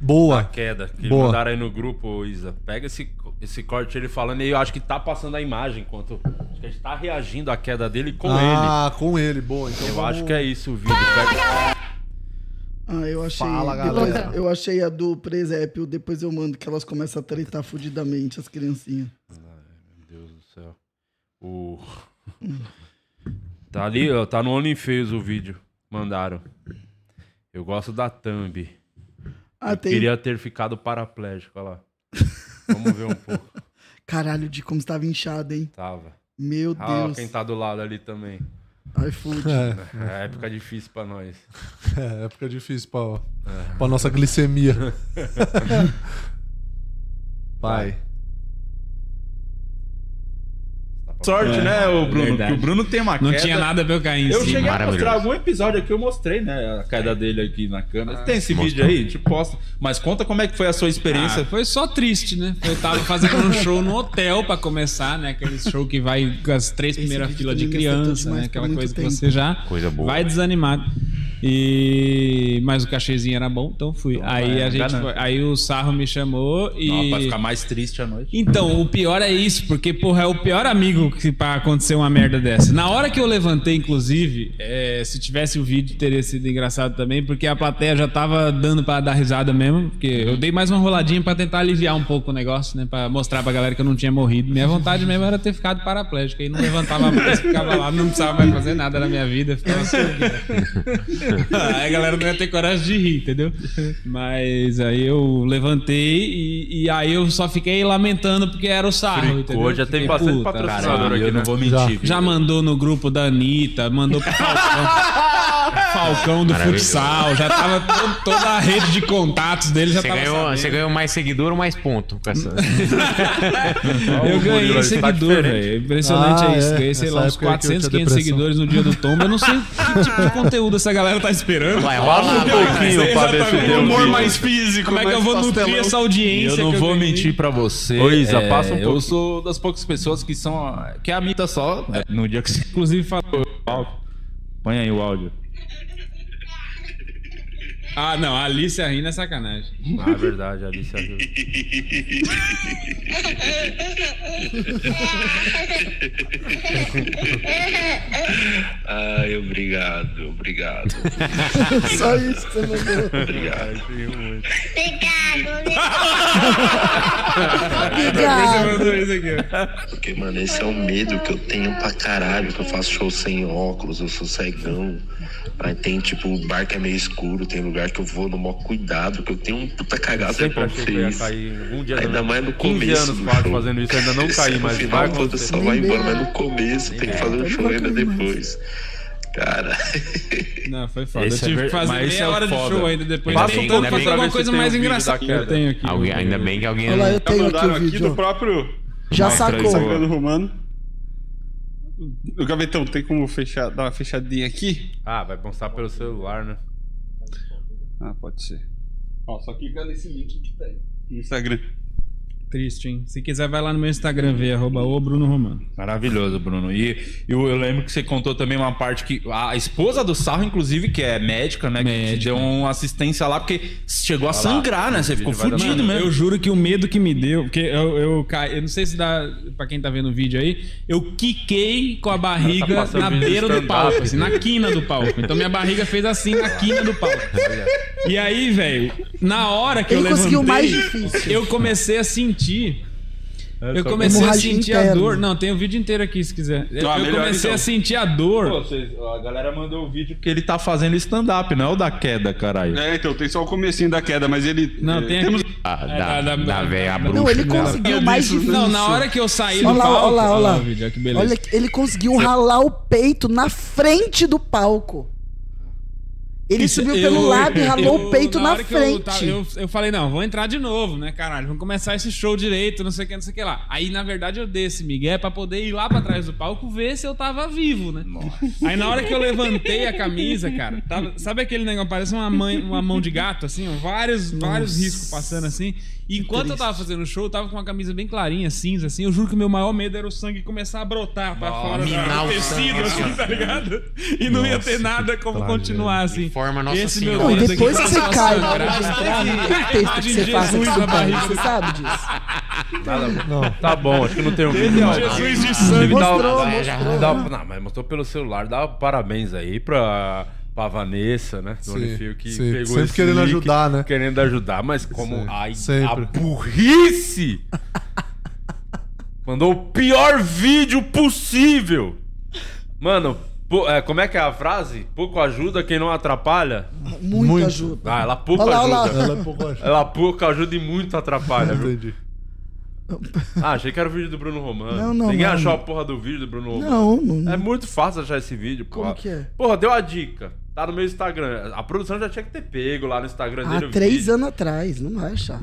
a
Boa.
queda. Que
Boa.
mandaram aí no grupo, Isa. Pega esse, esse corte ele falando e eu acho que tá passando a imagem enquanto. Acho que a gente tá reagindo à queda dele com
ah, com ele, boa. Então
ele. Eu
vamos-
acho que é isso o vídeo. Pega-
ah, eu achei.
Fala,
depois-
galera.
eu achei a do presépio, depois eu mando que elas começam a tretar fudidamente, as criancinhas.
Deus do céu. O... tá ali, ó, tá no OnlyFans o vídeo. Mandaram. Eu gosto da thumb.
Ah,
Eu
tem.
Queria ter ficado paraplégico, olha lá. Vamos ver um pouco.
Caralho, de como estava inchado, hein?
Tava.
Meu
Ah, então. ó,
Deus.
quem tá do lado ali também.
iFood.
É,
É época difícil pra nós.
é época difícil pra,
É.
pra
[laughs]
nossa glicemia. Vai.
Sorte, né, o Bruno?
É.
Porque
verdade.
o Bruno tem uma
Não
queda.
tinha nada pra eu cair em
Eu
cima.
cheguei a mostrar algum episódio aqui, eu mostrei, né? A queda dele aqui na
Ah,
câmera. tem esse vídeo aí? Te posta. Mas conta como é que foi a sua experiência.
Ah, foi só triste, né? Eu tava fazendo um show no hotel pra começar, né? Aquele show que vai com as três
Esse
primeiras
vídeo
filas de
também me afetou
criança,
demais
né?
por
Aquela
muito
coisa que
tempo.
você já
Coisa boa.
vai desanimado. E mas o cachezinho era bom, então fui.
Então,
aí
é,
a gente
enganando.
foi- aí o Sarro me chamou e
Não, pra ficar mais triste à noite.
Então, o pior é isso, porque, porra, é o pior amigo que pra acontecer uma merda dessa. Na hora que eu levantei, inclusive, é, se tivesse o vídeo, teria sido engraçado também, porque a plateia já tava dando pra dar risada mesmo, porque eu dei mais uma roladinha pra tentar aliviar um pouco o negócio, né? Pra mostrar pra galera que eu não tinha morrido. Minha vontade mesmo era ter ficado paraplégico, aí não levantava mais, ficava lá, não precisava mais fazer nada na minha vida, ficava assim. [laughs] Aí a galera não ia ter coragem de rir, entendeu? Mas aí eu levantei e, e aí eu só fiquei lamentando porque era o sarro, entendeu?
Fricô, já tem
Fiquei,
bastante
"Puta,
patrocinador né?
caralho."
Cara, eu não vou
mentir.
Já mandou no grupo da Anitta, mandou pro Falcão,
[laughs]
Falcão do
Maravilhoso.
futsal, já tava to- toda a rede de contatos dele já
Você
tava
ganhou,
né?
sabendo.
você ganhou mais seguidor ou mais ponto com
[laughs]
essa? um
Eu ganhei
tá
seguidor, velho. Impressionante
Ah,
é isso.
é.
Ganhei, sei
Nessa
lá, uns
época aí que eu
400,
tinha
500
depressão.
seguidores no dia do tombo. Eu não sei que tipo de conteúdo essa galera tá esperando.
[laughs] Vai rolar,
Um
Ah,
pouquinho
é
pra ver se
Exatamente.
deu
Um humor
vídeo.
mais físico. Como é que eu vou nutrir essa audiência?
Eu não
que
vou
ganhei?
mentir pra você.
Ô, Isa, passa um pouquinho.
é, Eu sou das poucas pessoas que são. Que a Mita só. né, No dia que você.
Inclusive, falou.
Põe aí o áudio.
Ah, não, a Alice rindo é sacanagem.
Ah, é verdade, a Alice riu.
Ai, obrigado, obrigado.
Só isso que você mandou.
Obrigado.
Ah.
Porque, mano, esse é o medo que eu tenho pra caralho, que eu faço show sem óculos, eu sou cegão. Aí tem, tipo, o bar que é meio escuro, tem lugar que eu vou no maior cuidado, que eu tenho um puta cagado aí
Sempre
pra
achei que eu ia
vocês.
cair algum dia.
Ainda
né?
mais no
15
começo
anos
do
quase
show.
fazendo isso, ainda não caí, mas
no
vai
final, quando
acontecer.
só vai embora, mas no começo tem que fazer o show ainda
Nunca
depois. Cara,
Não, foi foda.
Esse
eu tive
é ver-
que fazer
mas esse
meia
é o
hora
foda.
de show ainda depois.
Ainda
Passa um
bem-
pouco
ainda bem
fazer alguma
que
coisa
você tem
mais
o vídeo da
engraçada.
queda.
Eu tenho aqui. um
Alguém- ainda bem que alguém.
Olha lá, eu tenho aqui
mandaram
o vídeo.
do próprio.
Já sacou.
Instagram do Romano. O gavetão, então, tem como fechar, dar uma fechadinha aqui?
Ah, vai postar pelo celular, né?
Ah, pode ser. Ó, só clicar nesse link que tá aí.
Instagram. Triste, hein? Se quiser, vai lá no meu Instagram ver, arroba o Bruno Romano.
Maravilhoso, Bruno. E eu, eu lembro que você contou também uma parte que a esposa do Sarro, inclusive, que é médica, né? Que te deu uma assistência lá, porque chegou a sangrar, né? Você ficou fudido
Mano,
mesmo.
Eu juro que o medo que me deu, porque eu, eu caí, eu não sei se dá pra quem tá vendo o vídeo aí, eu quiquei com a
Tá
barriga
passando
na
vídeo
beira do
stand-up.
palco, assim, na quina do palco. Então minha barriga fez assim na quina do
[laughs]
palco.
É
E aí, velho, na hora que
Ele
eu levantei,
conseguiu o mais difícil.
eu comecei a sentir
É,
eu
tô
comecei a
Hemorragia
sentir a
interna.
dor. Não, tem o vídeo inteiro aqui se quiser. Eu, eu comecei a sentir a dor.
Ah, então. Pô, vocês- a galera mandou o vídeo que ele tá fazendo stand-up,
né?
não é o da queda, caralho.
É, então, tem só o comecinho da queda, mas ele. Não,
tem
temos...
Ah,
É,
da- da- da
véia
bruxa.
Não, ele conseguiu o mais difícil.
Não, na hora que eu saí do
Olha lá,
palco.
olha lá, olha lá.
vídeo, olha que beleza.
Olha, que ele conseguiu ralar o peito na frente do palco. Ele
Isso,
subiu
eu-
pelo
[laughs]
lado e ralou
eu-
o peito na,
hora que eu tava-
frente.
Eu, eu falei, não, vou entrar de novo, né, caralho? Vamos começar esse show direito, não sei o que, não sei o que lá. Aí, na verdade, eu dei esse migué pra poder ir lá pra trás do palco ver se eu tava vivo, né? Aí, na hora que eu levantei a camisa, cara, tava- sabe aquele negócio? Parece uma, mãe- uma mão de gato, assim, ó, vários, vários riscos passando assim. E enquanto eu tava fazendo o show, eu tava com uma camisa bem clarinha, cinza, assim. Eu juro que o meu maior medo era o sangue começar a brotar pra fora
minar
do
o
tecido,
sangue,
assim,
assim,
tá
ó.
ligado? E não ia
Nossa,
ter nada
que
como
tragédia.
continuar, assim. Forma
Nossa
Esse
Senhora.
meu é
Não, e
dedo
depois
aqui
que você
começou a
cai,
sangrar.
não, não,
Que texto que
Imagem
você
de
faz aqui
Jesus na
no palco,
barriga.
você sabe disso?
Nada, Tá bom, acho que não tem um vídeo mais.
Jesus
Ah,
de sangue.
deve dar-
Mostrou,
dá-
mostrou.
dá- Não, mas mostrou pelo celular. Dá parabéns aí pra, pra Vanessa, né? Do
Sim,
Unifil, que
sim,
pegou
sempre
esse
querendo
link,
ajudar, né?
Querendo ajudar, mas como
Sim,
ai, a
sempre.
burrice! Mandou o pior vídeo possível! Mano, pou- é, como é que é a frase? Pouco ajuda quem não atrapalha?
Muito, ajuda.
Ah, ela pouco
Olha lá,
ajuda.
olha lá.
Ela pouco ajuda. e muito atrapalha, viu? Entendi. Ah, achei que era o vídeo do Bruno Romano.
Não, não,
Ninguém
não.
achou a porra do vídeo do Bruno Romano.
Não, não.
É muito fácil achar esse vídeo, porra.
que é?
Porra, deu a dica. Tá no meu Instagram. A produção já tinha que ter pego lá no Instagram dele.
Há
o
três
vídeo.
anos atrás, não vai achar.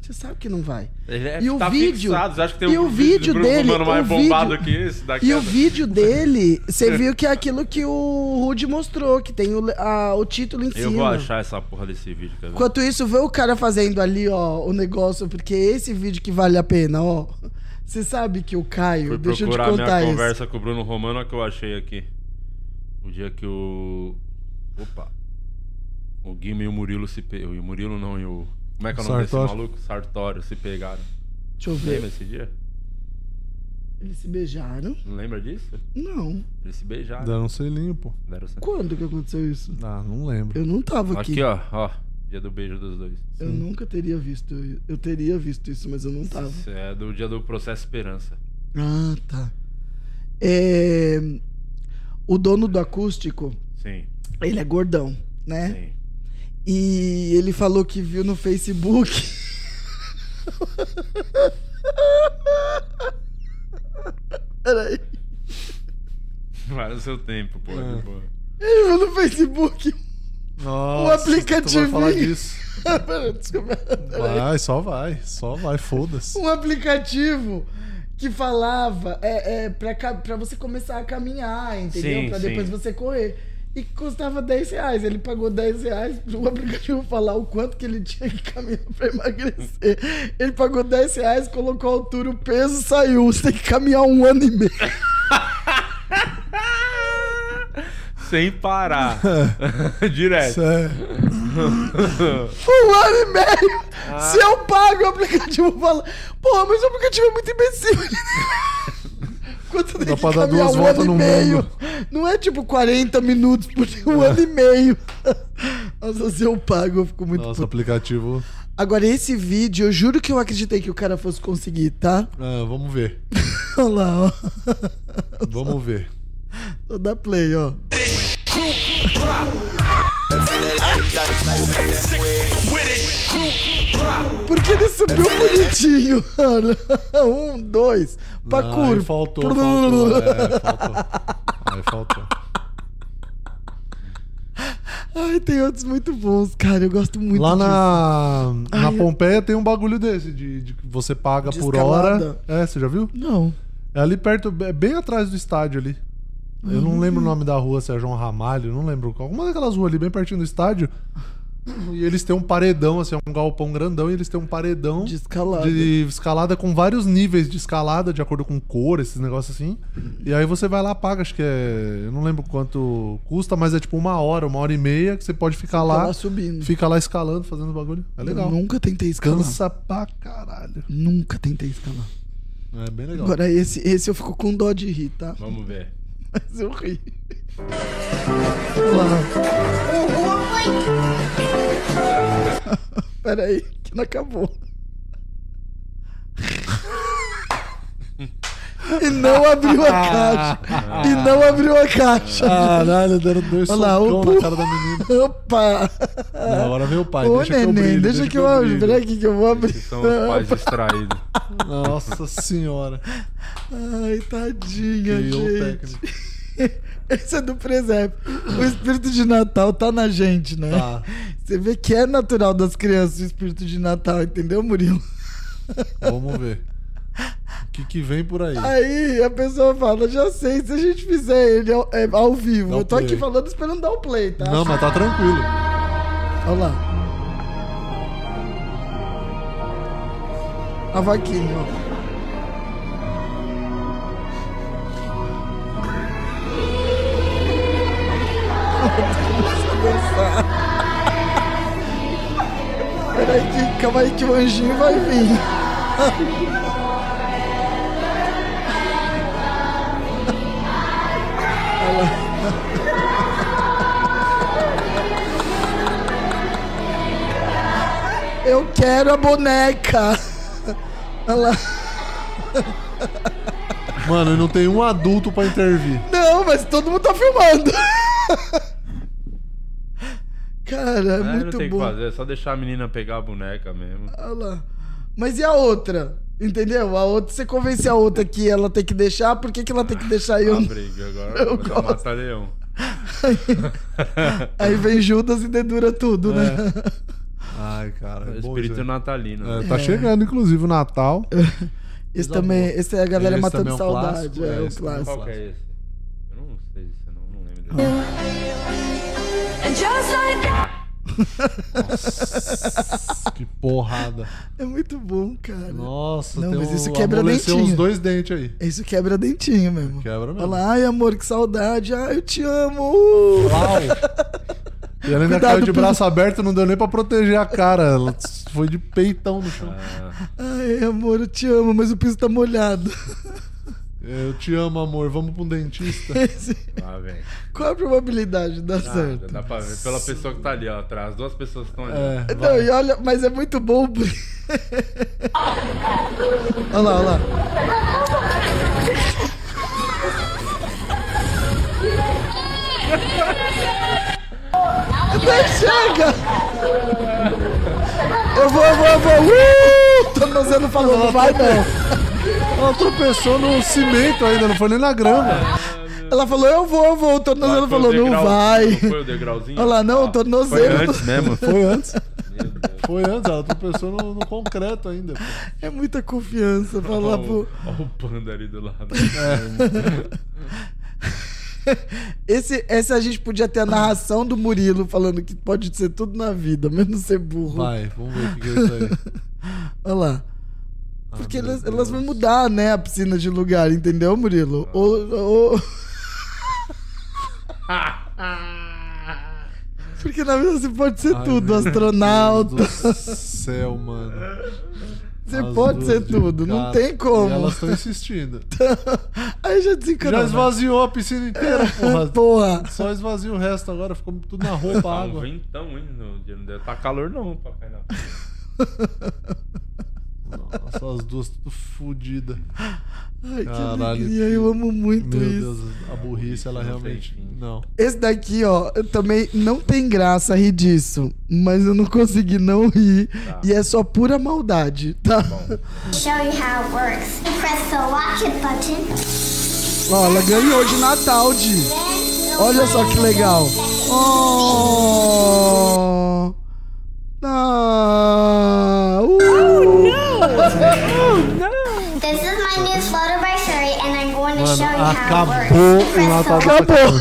Você sabe que não vai.
Ele é-
E o
tá
vídeo.
fixado. Você acha que tem
e
um
o vídeo
do Bruno
dele.
Romano mais
o
bombado
vídeo-
que esse da
E
queda?
o vídeo dele, você
[laughs]
viu que é aquilo que o Rude mostrou, que tem o, le- a- o título em
Eu
cima.
vou achar essa porra desse vídeo, quer ver?
Enquanto isso, vê o cara fazendo ali, ó, o negócio, porque é esse vídeo que vale a pena, ó. Você sabe que o Caio,
Fui
deixa eu te
procurar minha
contar isso.
conversa com o Bruno Romano, olha o que eu achei aqui. O dia que o. Opa! O Guima e o Murilo se pegaram. E o Murilo não, e o. Como é que é o nome
Sartório.
desse maluco? Sartório se pegaram.
Deixa eu ver.
Lembra esse dia?
Eles se beijaram?
Não lembra disso?
Não.
Eles se beijaram.
Deram um selinho, pô.
Deram um selinho.
Quando que aconteceu isso?
Ah, não lembro.
Eu não tava
Aqui,
aqui.
ó, ó. Dia do beijo dos dois.
Eu nunca teria visto. i- Eu teria visto isso, mas eu não tava.
Isso é do dia do processo Esperança.
Ah, tá. É, O dono do acústico,
Sim.
ele é gordão, né? E ele falou que viu no Facebook. Peraí.
[laughs] Vai no seu tempo, pô.
Ah.
tipo, de boa.
Ele viu no Facebook.
Nossa,
o aplicativo.
tu vai falar disso.
Peraí, desculpa. Peraí.
Vai, só vai. Só vai, foda-se.
um aplicativo que falava é, é, pra, ca- pra você começar a caminhar, entendeu?
Sim,
pra
sim.
depois você correr. E que custava 10 reais. Ele pagou 10 reais pro aplicativo falar o quanto que ele tinha que caminhar pra emagrecer. Ele pagou 10 reais, colocou a altura, o peso saiu. Você tem que caminhar um ano e meio. [laughs]
Sem parar. [laughs] Direto.
é-
Sério.
Um ano e meio.
Ah.
Se eu pago, o aplicativo fala. Porra, mas o aplicativo é muito imbecil.
[laughs]
Quanto tem
Dá
que
pra dar
caminhar
duas
um
voltas
ano e
no
meio?
mundo.
Não é tipo 40 minutos por dia, um ano e meio. Nossa, se eu pago, eu fico muito
Nossa,
puto.
aplicativo.
Agora, esse vídeo, eu juro que eu acreditei que o cara fosse conseguir, tá?
Ah, vamos ver.
Olha lá, ó.
Vamos ver.
Só dá play, ó. Porque ele subiu bonitinho, olha. Um, dois. Pra
Ah,
curva.
Aí faltou, faltou. É, faltou. Aí faltou.
Ai, tem outros muito bons, cara. Eu gosto muito
Lá
disso.
na, na
Ai, eu-
Pompeia tem um bagulho desse, de, de que você paga
De
por
escalada?
hora. É, você já viu?
Não.
É ali perto, é bem atrás do estádio ali. Eu não
Hum.
lembro o nome da rua, se é João Ramalho, não lembro qual. Uma daquelas ruas ali, bem pertinho do estádio. E eles têm um paredão, assim, um galpão grandão, e eles têm um paredão de
escalada.
escalada com vários níveis de escalada, de acordo com cor, esses negócios assim. E aí você vai lá, paga, acho que é. Eu não lembro quanto custa, mas é tipo uma hora, uma hora e meia, que você pode ficar lá.
lá subindo.
Fica lá escalando, fazendo bagulho. É legal.
Eu nunca tentei escalar.
Cansa pra caralho.
Nunca tentei escalar.
É bem legal.
Agora, esse, esse eu fico com dó de rir, tá?
Vamos ver.
Mas eu ri. [laughs] Pera aí, que não acabou. E não abriu a caixa. E não abriu a caixa.
Caralho, deram dois
Olha lá,
socão
opa.
na cara da menina.
Opa!
Na hora veio o pai,
Ah, Ô,
deixa que eu
neném,
brilho,
deixa, que eu,
brilho.
abro aqui que eu vou abrir.
São os pais
[laughs]
distraídos.
Nossa senhora.
Ai, tadinha,
Criou o
gente. Esse é do presépio. O espírito de Natal tá na gente, né?
Tá.
Você vê que é natural das crianças o espírito de Natal, entendeu, Murilo?
Vamos ver. O que, que vem por aí?
Aí a pessoa fala, já sei, se a gente fizer ele ao, é, ao vivo.
Dá o
eu tô aqui
play.
falando esperando dar o play, tá?
Não, mas tá tranquilo.
Olha lá. A vaquinha, ó. [laughs] Peraí, que, calma aí que o anjinho vai vir. Eu quero a boneca. Olha lá.
Mano, não tem um adulto pra intervir.
Não, mas todo mundo tá filmando. [laughs] Cara, é
É, não
muito
tem o que
bom.
fazer, é só deixar a menina pegar a boneca mesmo.
Olha lá. Mas e a outra? Entendeu? A outra, você convence a outra que ela tem que deixar, por que, que ela tem que deixar [laughs] eu?
A Tá, briga agora
Eu
vai dar
gosto.
matar
[laughs]
leão.
Aí vem Judas e dedura tudo, né?
É.
[laughs]
Ai, cara. é bom
Espírito
isso aí.
natalino. né?
É, tá
É.
chegando, inclusive, o
[laughs]
Natal.
Esse também, esse é a galera
Esse
matando
também é um
saudade,
clássico,
é,
é,
o
esse também é um
clássico.
Qual que é esse? Eu não sei se eu não, não lembro.
Nossa, que porrada.
É muito bom, cara.
Nossa,
Não,
tem
mas
um-
isso quebra
amoleceu
dentinho.
uns dois dentes aí.
Isso quebra dentinho mesmo.
Quebra mesmo.
Olha lá, ai amor, que saudade. Ai, eu te amo. Uh! [laughs]
Uau. E ela ainda
Cuidado
caiu de
pelo-
braço aberto, não deu nem pra proteger a cara. Ela foi de peitão no chão.
Ai, amor, eu te amo, mas o piso tá molhado.
Eu te amo, amor. Vamos pra um dentista.
[laughs] Esse-
Lá vem.
Qual a probabilidade de dar certo?
Ah, Dá pra ver pela pessoa que tá ali, ó, atrás. As duas pessoas que estão ali.
É.
Não, e olha, mas é muito bom. porque- olha lá, olha lá. Até chega! Eu vou, eu vou, eu vou! Uh! Tornozelo falou, não vai não!
Ela tropeçou no cimento ainda, não foi nem na grama.
Ela falou, eu vou, eu vou! O tornozelo
Foi o
falou, não
degrau-
vai!
não foi o degrauzinho?
Olha lá, não, o tornozelo.
Foi um antes mesmo.
[laughs]
Foi antes. Foi né, antes, ela tropeçou no, no concreto ainda. pô.
É muita confiança
Olha
falar
o,
pro.
ó o panda ali do lado.
É. Esse, essa a gente podia ter a narração do Murilo falando que pode ser tudo na vida, [laughs] menos ser burro.
Vai, vamos ver o que que é isso aí.
Olha lá.
Ah,
Porque elas, elas vão mudar, né, a piscina de lugar, entendeu, Murilo?
Ah.
Ou, ou- Porque na vida você pode ser tudo, astronauta.
Do céu, mano.
Você
As
pode
duas
ser
de
tudo,
cara.
não tem como.
E elas estão insistindo. né?
Aí já desencanou.
[laughs] Já esvaziou a piscina [laughs] inteira, porra.
Porra.
Só esvazia o resto agora, ficou tudo na roupa,
Tá um
água.
ventão, hein? No dia não deve tá calor não pra cair na
Tá
Nossa, as duas tudo fodidas.
Ai, que alegria, eu amo muito
Meu
isso.
Deus, a burrice, ela realmente. Não.
Esse daqui, ó, eu também não tem graça rir disso, mas eu não consegui não rir.
Tá.
E é só pura maldade, tá?
Show you how it works. Press the watch it button.
Ó, ela ganhou de Natal, de. Olha só que legal. Oh! Ah!
Oh no! This is my new floater by Shuri, and I'm going to show
ah,
you how it works. Press
tá
the watch
Acabou.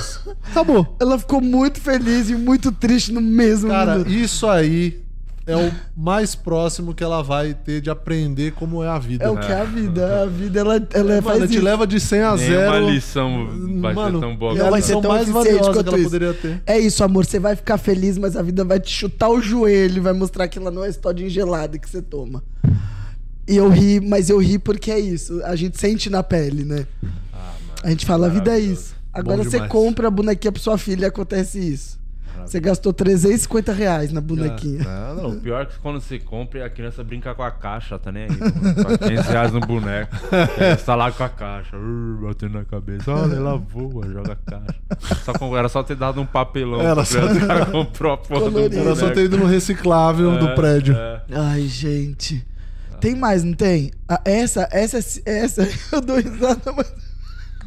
Acabou. Ela ficou muito feliz e muito triste no mesmo
Cara,
minuto.
isso aí é o mais próximo que ela vai ter de aprender como é a vida.
É o que é a vida. A vida, ela, ela
Mano,
faz
te
isso.
leva de 100 a
Nenhuma
0.
lição vai
Mano,
ser tão boa.
não vai ser tão mais
eficiente
valiosa que
quanto
ela
isso.
poderia ter.
É isso, amor. Você vai ficar feliz, mas a vida vai te chutar o joelho, vai mostrar que ela não é esse todinho gelado que você toma. E eu ri, mas eu ri porque é isso. A gente sente na pele, né?
Ah,
a gente fala, a vida é isso. Agora você
demais.
compra a bonequinha pra sua filha e acontece isso. Você gastou 350 reais na bonequinha.
Ah,
Tá
não, o pior é que quando você compra, a criança brinca com a caixa, tá nem aí. pô. Só 500 reais no
[laughs]
boneco. Ela tá lá com a caixa, uh, batendo na cabeça. Olha, ela voa, joga a caixa. Só com- era só ter dado um papelão.
Era
pra
só
criança,
ter-
o cara comprou a porra do
Era só
boneco.
ter ido no reciclável do
É,
prédio.
é.
Ai, gente. Tem mais, não tem? Ah, essa, essa, essa, [laughs] eu dou risada, mas.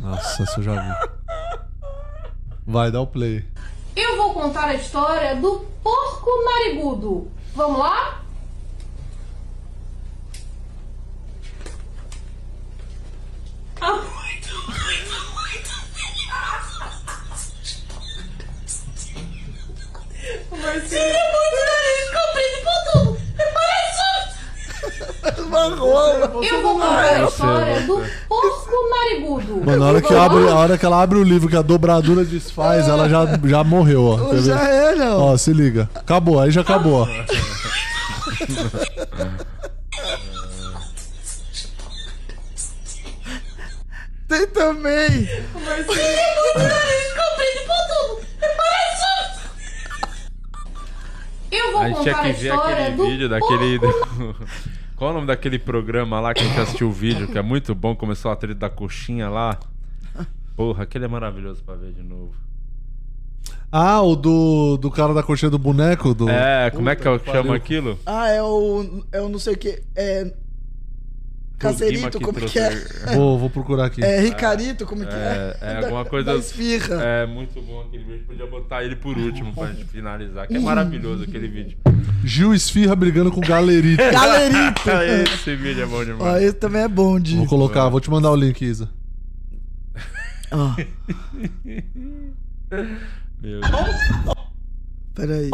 Nossa, isso eu
[laughs]
já vi. Vai dar o play.
Eu vou contar a história do porco narigudo. Vamos lá? Há muito, muito, muito Vai ser. Ele é muito nariz comprido por tudo. Ele Parece um-
uma rola.
Eu vou contar a
Você,
história
você.
do porco narigudo.
Mano, a hora, que abre, a hora que ela abre o livro, que a dobradura desfaz, ela já, já morreu, ó. Quer ver?
Já era, ó.
Ó, se liga. Acabou, aí já acabou, ó.
Tem também.
Mas ele é muito nariz comprido por tudo. Ele Parece. Eu vou
A gente tinha
contar a
que ver
história
aquele
do
vídeo daquele. [laughs] Qual é o nome daquele programa lá que a gente assistiu o vídeo, que é muito bom, começou a treta da coxinha lá. Porra, aquele é maravilhoso pra ver de novo.
Ah, o do, do cara da coxinha do boneco? Do...
É, como é que é o que
pariu.
chama aquilo?
Ah, é o. É o não sei o que. É. Caserito, como é que é?
Vou, vou procurar aqui.
É, Ricarito, como é que é?
É,
[laughs] Da-
alguma coisa.
Da esfirra.
É muito bom aquele vídeo. Podia botar ele por último pra gente finalizar, que é maravilhoso aquele vídeo.
Gil Esfirra brigando com o Galerito.
[laughs]
Galerito!
Esse vídeo é bom
Ó,
demais.
esse também é bom de.
Vou colocar, vou te mandar o link, Isa.
Ó,
Meu Deus.
peraí.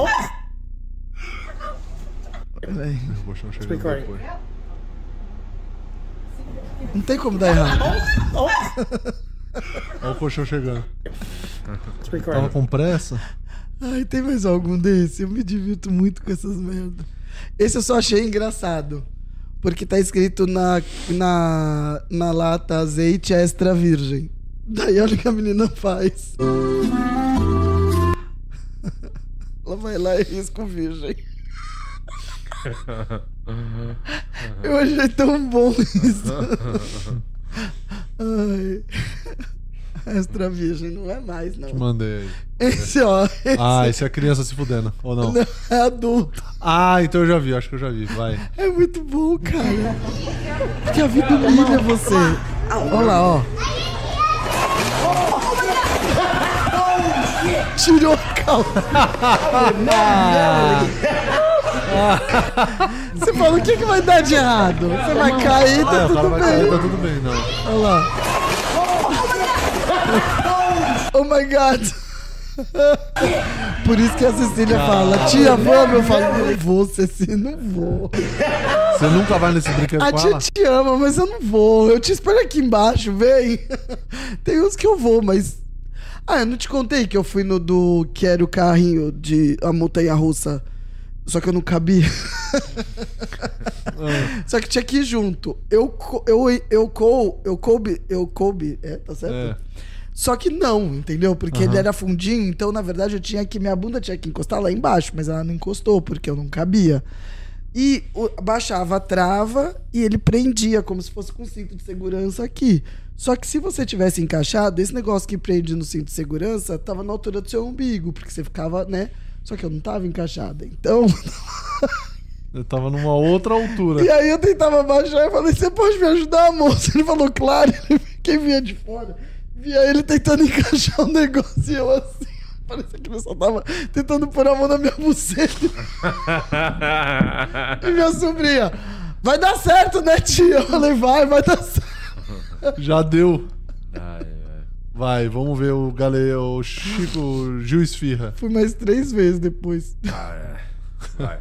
Peraí.
Meu colchão chegando
Recording.
depois.
Não tem como dar errado.
Olha o colchão chegando.
recording.
Tava com pressa?
Ai, tem mais algum desse? Eu me divirto muito com essas merdas. Esse eu só achei engraçado. Porque tá escrito na, na, na lata azeite extra virgem. Daí olha o que a menina faz. [laughs] Ela vai lá e risca o virgem. Eu achei tão bom isso. Ai. [laughs] Extra virgem não é mais, não.
Te mandei aí.
Esse, ó. Esse
Ah, esse é a criança se fudendo, ou não?
Não, é adulto.
Ah, então eu já vi, acho que eu já vi, vai.
É muito bom, cara. Porque a vida humilha você. Olha lá, ó. Tirou a
[laughs]
calça. Você fala, o que, que vai dar de errado? Você vai cair,
É,
tá
o cara
tudo
vai cair, tá
bem.
tudo bem, não.
Olha lá.
tá-
Oh my god. [laughs] Por isso que a Cecília fala, tia, vamos? Eu falo, não vou, Cecília, não vou.
Você nunca vai nesse brinquedo
A
com ela?
tia te ama, [laughs] mas eu não vou. Eu te espero aqui embaixo, vem. Tem uns que eu vou, mas. Ah, eu não te contei que eu fui no do. que era o carrinho de a montanha russa. Só que eu não cabia. Só que tinha que ir junto. Eu, co- eu, eu, cou, eu coube. Eu coube. É, tá certo?
É.
Só que não, entendeu? Porque
Aham.
ele era fundinho, então na verdade eu tinha que. Minha bunda tinha que encostar lá embaixo, mas ela não encostou, porque eu não cabia. E o- baixava a trava e ele prendia, como se fosse com um cinto de segurança aqui. Só que se você tivesse encaixado, esse negócio que prende no cinto de segurança tava na altura do seu umbigo, porque você ficava, né? Só que eu não tava encaixada. Então. [laughs]
Eu tava numa outra altura.
E aí eu tentava baixar e falei, você pode me ajudar, moço? Ele falou, claro, [laughs] quem vinha de fora. Via ele tentando [laughs] encaixar o negócio e eu assim. [laughs] Parecia que ele só tava tentando pôr a mão na minha [laughs] buceta. E minha sobrinha, vai dar certo, né, tia? Eu falei, vai, vai dar certo.
Já deu. Vai, vamos ver o gale, o Chico Gil Esfirra.
Fui mais três vezes depois. [laughs]
Vai.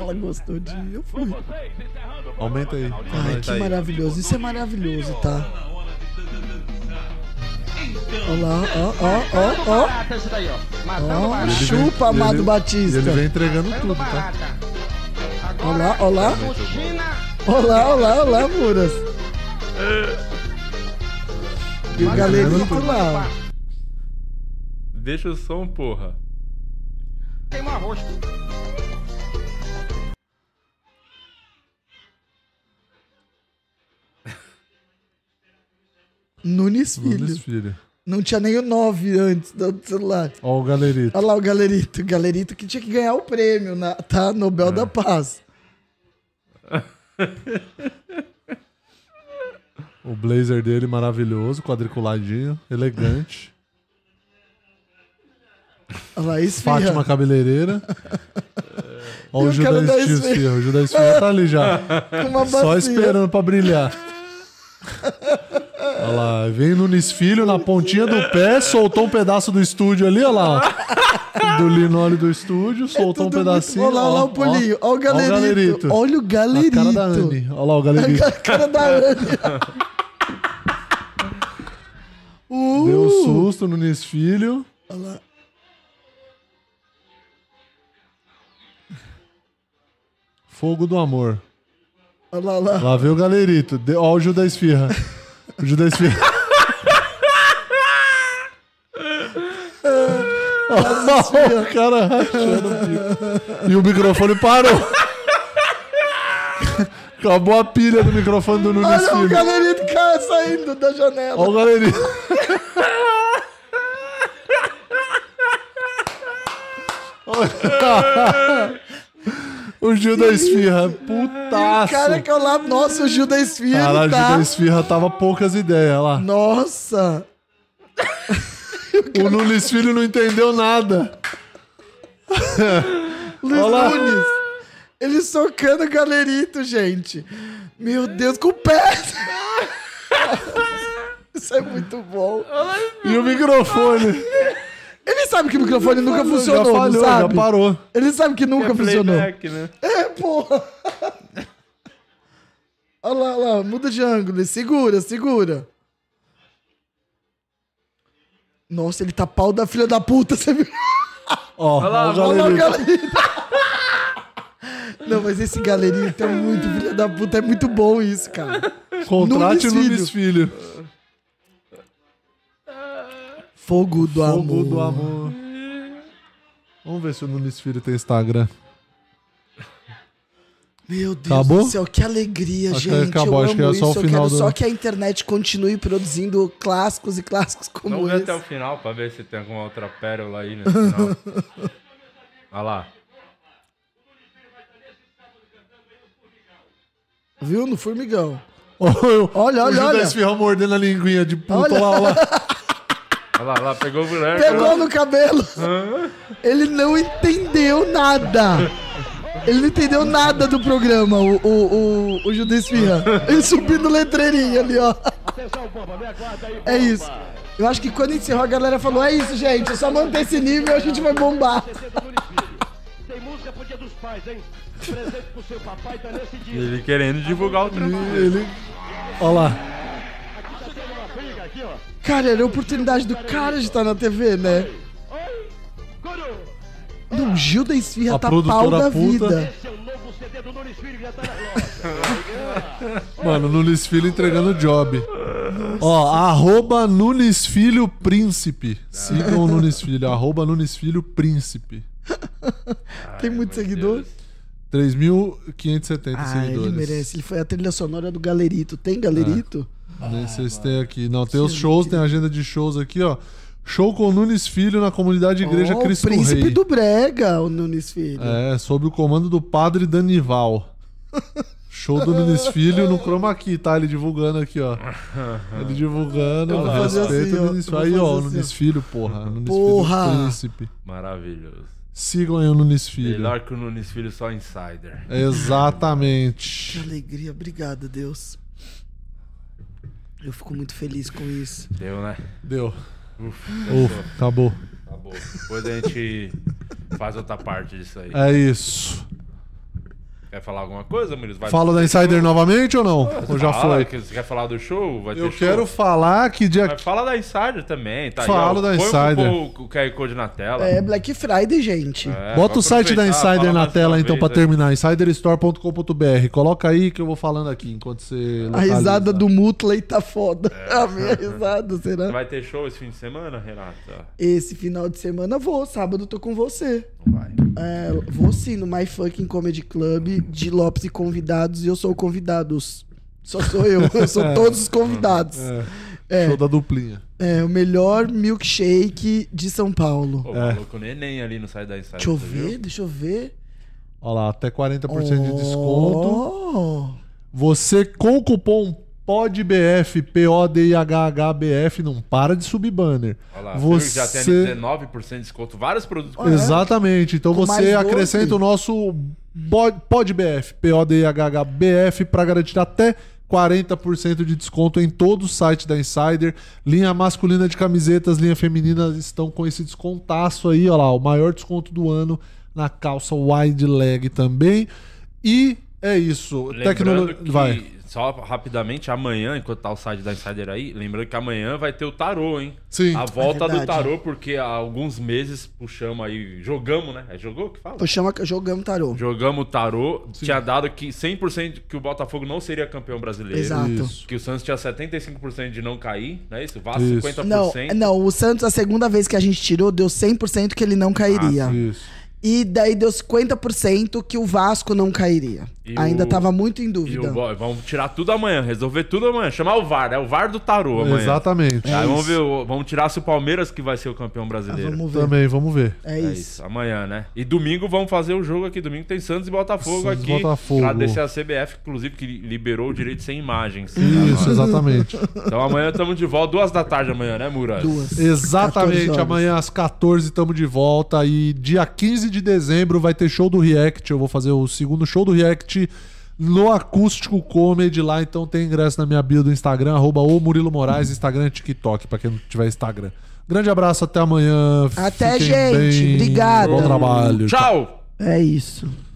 Ela gostou de. Eu fui.
Aumenta aí.
Ai, que maravilhoso. Isso é maravilhoso, tá? Olha lá, ó, ó, ó, ó.
Esse daí, ó.
Ó,
Matando barata.
chupa,
ele-
Amado Batista.
ele vem entregando
tudo, tá? Olá, olá. Olá, olá, olá, Muras. E o galerito lá.
Deixa o som, porra.
Queima rosto.
Nunes Filho.
Nunes Filho.
Não tinha nem o 9 antes do celular.
Ó o galerito.
Olha lá o galerito. O galerito que tinha que ganhar o prêmio, na, tá? Nobel
É.
da Paz.
O blazer dele maravilhoso, quadriculadinho, elegante.
Olha lá, esfirra.
Fátima
[laughs]
cabeleireira. Ó
Eu
o Judas
quero dar
Esfirra.
esfirra.
O Judas Esfirra tá ali já.
[laughs] Com uma
Só
bacia.
esperando pra brilhar. Olha lá, vem Nunes Filho na pontinha do pé, soltou um pedaço do estúdio ali, olha lá. ó. Do linóleo do estúdio, soltou um
É tudo muito-
pedacinho.
Olha lá, olha lá o pulinho, olha o galerito, olha o galerito.
A cara da Anne. Olha lá o galerito.
[laughs] A cara da
[laughs]
Anne. Uh!
Deu um susto no Nunes Filho.
Olha lá.
Fogo do amor.
Olha lá, olha lá.
Lá veio o galerito. De... Ó o Judas Esfirra. O Judas
[laughs]
Esfirra. Olha lá, o cara rachando o bico. E o microfone parou. Acabou a pilha do microfone do Nunes
Olha o
Filho.
galerito cara, saindo da janela.
Olha o
[laughs]
galerito. o Gil da Esfirra.
E o
Putaço.
cara que eu lá, nossa, o Gil da Esfirra,
Caralho, o Gil
tá?
da Esfirra tava poucas ideias lá.
Nossa.
o Nunes Filho não entendeu nada.
Luiz
Olha lá.
Nunes. Ele socando o galerito, gente. Meu Deus, com o
[laughs]
pé. Isso é muito bom.
E o microfone?
Ele sabe que o microfone Ah, nunca
Falou, já
funcionou,
falhou,
não
já
sabe?
parou.
Ele sabe que nunca
É
funcionou.
playback, né?
É, porra. Olha lá, olha lá, muda de ângulo. Segura, segura. Nossa, ele tá pau da filha da puta, você viu?
Ó,
Olha lá,
Olha lá o
olha lá,
galerito. Não, mas esse galerito é muito filha da puta, é muito bom isso, cara.
Contrate o
Nunes
Nunes Filho.
Fogo do amor.
Fogo do amor. Vamos ver se o Nunes Filho tem Instagram.
Meu Deus
Acabou?
do céu, que alegria,
Acho que
gente.
acabou,
eu
acho que
amo
é só o
isso. eu
final
quero
do-
só que a internet continue produzindo clássicos e clássicos como
Vamos ver
esse.
até o final pra ver se tem alguma outra pérola aí nesse final.
[laughs]
Olha lá.
Viu? No formigão. [laughs]
olha,
olha,
O Gil da
olha.
Esfirra mordendo a linguinha de puta
Olha.
lá, olha lá.
Olha lá, olha lá, pegou o boneco.
Pegou no cabelo. Ele não entendeu nada. Ele não entendeu nada do programa, o, o, o, o Judas Firra. Ele subindo letreirinha ali, ó. É isso. Eu acho que quando encerrou, a galera falou: é isso, gente, é só manter esse nível e a gente vai bombar.
Tem música pro dia dos pais, hein? Presente pro seu papai tá nesse dia.
é
Ele querendo divulgar o trabalho.
Ele... Olha lá.
Aqui tá tendo uma briga.
aqui, ó.
Cara, era a oportunidade do cara de estar na TV, né? Não, Gil da Esfirra
A
tá pau
produtora
da
puta.
vida.
Mano, Nunes Filho entregando job. Ó, arroba Nunes Filho Príncipe. Sigam o Nunes Filho, arroba Nunes Filho Príncipe.
Tem muito seguidor.
3.570
Ah, ele
seguidores.
merece. Ele foi a trilha sonora do Galerito. Tem Galerito?
É,
Nem vocês têm aqui. Não, tem os shows, tem a agenda de shows aqui, ó. Show com Nunes Filho na comunidade Ah. Igreja
Ó, o
Cristo
príncipe
Rei.
do Brega, o Nunes Filho.
É, sob o comando do padre Danival. [laughs] Show do Nunes Filho no Chroma Key, tá? Ele divulgando aqui, ó. Ele divulgando,
Eu vou fazer
respeito
assim, ó.
do Nunes
Eu
Filho.
vou
Aí,
fazer
ó, o
assim,
Nunes
ó.
Filho, porra. Nunes
Porra!
Filho Príncipe.
Maravilhoso.
Sigam aí o Nunes
é.
Filho.
Melhor que o Nunes Filho só insider.
Exatamente.
Que alegria. Obrigado, Deus. Eu fico muito feliz com isso.
Deu, né?
Deu.
Ufa,
Ufa, acabou.
Acabou. Depois a gente faz outra parte disso aí.
É isso.
Quer falar alguma coisa, Murilo? Vai-
Fala da Insider novamente ou não?
Ah,
Ou já
fala,
foi?
que- Você quer falar do show? Vai
Eu
ter show?
quero falar que dia
Mas fala da Insider também, tá? aí, ó.
Falo da
Põe o
Insider.
cupom- o QR Code na tela.
É Black Friday, gente.
É,
Bota o
vamos
site da
aproveitar,
Insider
fala
na
mais
tela
uma
então
vez
pra
aí.
terminar. Insiderstore.com.br. Coloca aí que eu vou falando aqui enquanto você.
A
localiza. É.
risada do Mutley tá foda. [laughs] A minha risada, será?
Vai ter show esse fim de semana, Renata?
Esse final de semana vou, sábado tô com você. É, vou sim no My Fucking Comedy Club de Lopes e convidados e eu sou o convidados. Só sou eu, eu sou todos os convidados.
É.
É.
Show da duplinha.
É o melhor milkshake de São Paulo.
Pô, o
É.
maluco neném ali no site da Insider.
Deixa eu
você viu?
ver, deixa eu ver.
Olha lá, até 40% de
Oh.
desconto. Você com o cupom PODBF, P-O-D-I-H-H-B-F, não para de subir banner.
Olha lá, viu que já tem ali
Você.
19% de desconto, vários produtos.
Exatamente. Então
Ah, é? Com
você
mais doze.
acrescenta o nosso bo- PODBF, P-O-D-I-H-H-B-F, para garantir até 40% de desconto em todo o site da Insider. Linha masculina de camisetas, linha feminina estão com esse descontaço aí, olha lá, o maior desconto do ano na calça wide leg também. E é isso.
Lembrando
Tecnolo-
que,
Vai.
só rapidamente, amanhã, enquanto tá o site da Insider aí, lembrando que amanhã vai ter o tarô, hein?
Sim.
A volta
É
do
verdade.
tarô, porque há alguns meses puxamos aí, jogamos, né? É jogou que fala?
Chama, jogamos tarô.
Jogamos o tarô, tinha dado que 100% que o Botafogo não seria campeão brasileiro.
Exato. Isso.
Que o Santos tinha 75% de não cair, não é isso? Vá
Isso.
50%.
Não, é não, o Santos, a segunda vez que a gente tirou, deu 100% que ele não cairia.
Ah,
E daí deu 50% que o Vasco não cairia.
E
Ainda
o-
tava muito em
E
dúvida.
o, Bo- vamos tirar tudo amanhã, resolver tudo amanhã. Chamar o VAR, é o VAR do tarô amanhã.
Exatamente.
Aí
É
Tá, vamos
isso.
ver, o- vamos tirar se o Palmeiras que vai ser o campeão
Ah,
brasileiro.
Vamos ver. Também, vamos ver.
É,
isso. Amanhã, né? E domingo vamos fazer o jogo aqui. Domingo tem Santos e Botafogo
Santos e
aqui.
Botafogo.
Agradecer a CBF, inclusive, que liberou o direito sem imagens.
Isso, exatamente.
Então amanhã estamos de volta, duas da tarde amanhã, né, Muras?
Exatamente, amanhã às 14 estamos de volta e dia 15 de dezembro vai ter show do React, eu vou fazer o segundo show do React no Acústico Comedy lá, então tem ingresso na minha bio do Instagram, arroba o Murilo Moraes, Instagram e TikTok, pra quem não tiver Instagram. Grande abraço, até amanhã.
Até,
Fiquem
gente.
bem,
Obrigada.
Bom trabalho.
Tchau. É isso.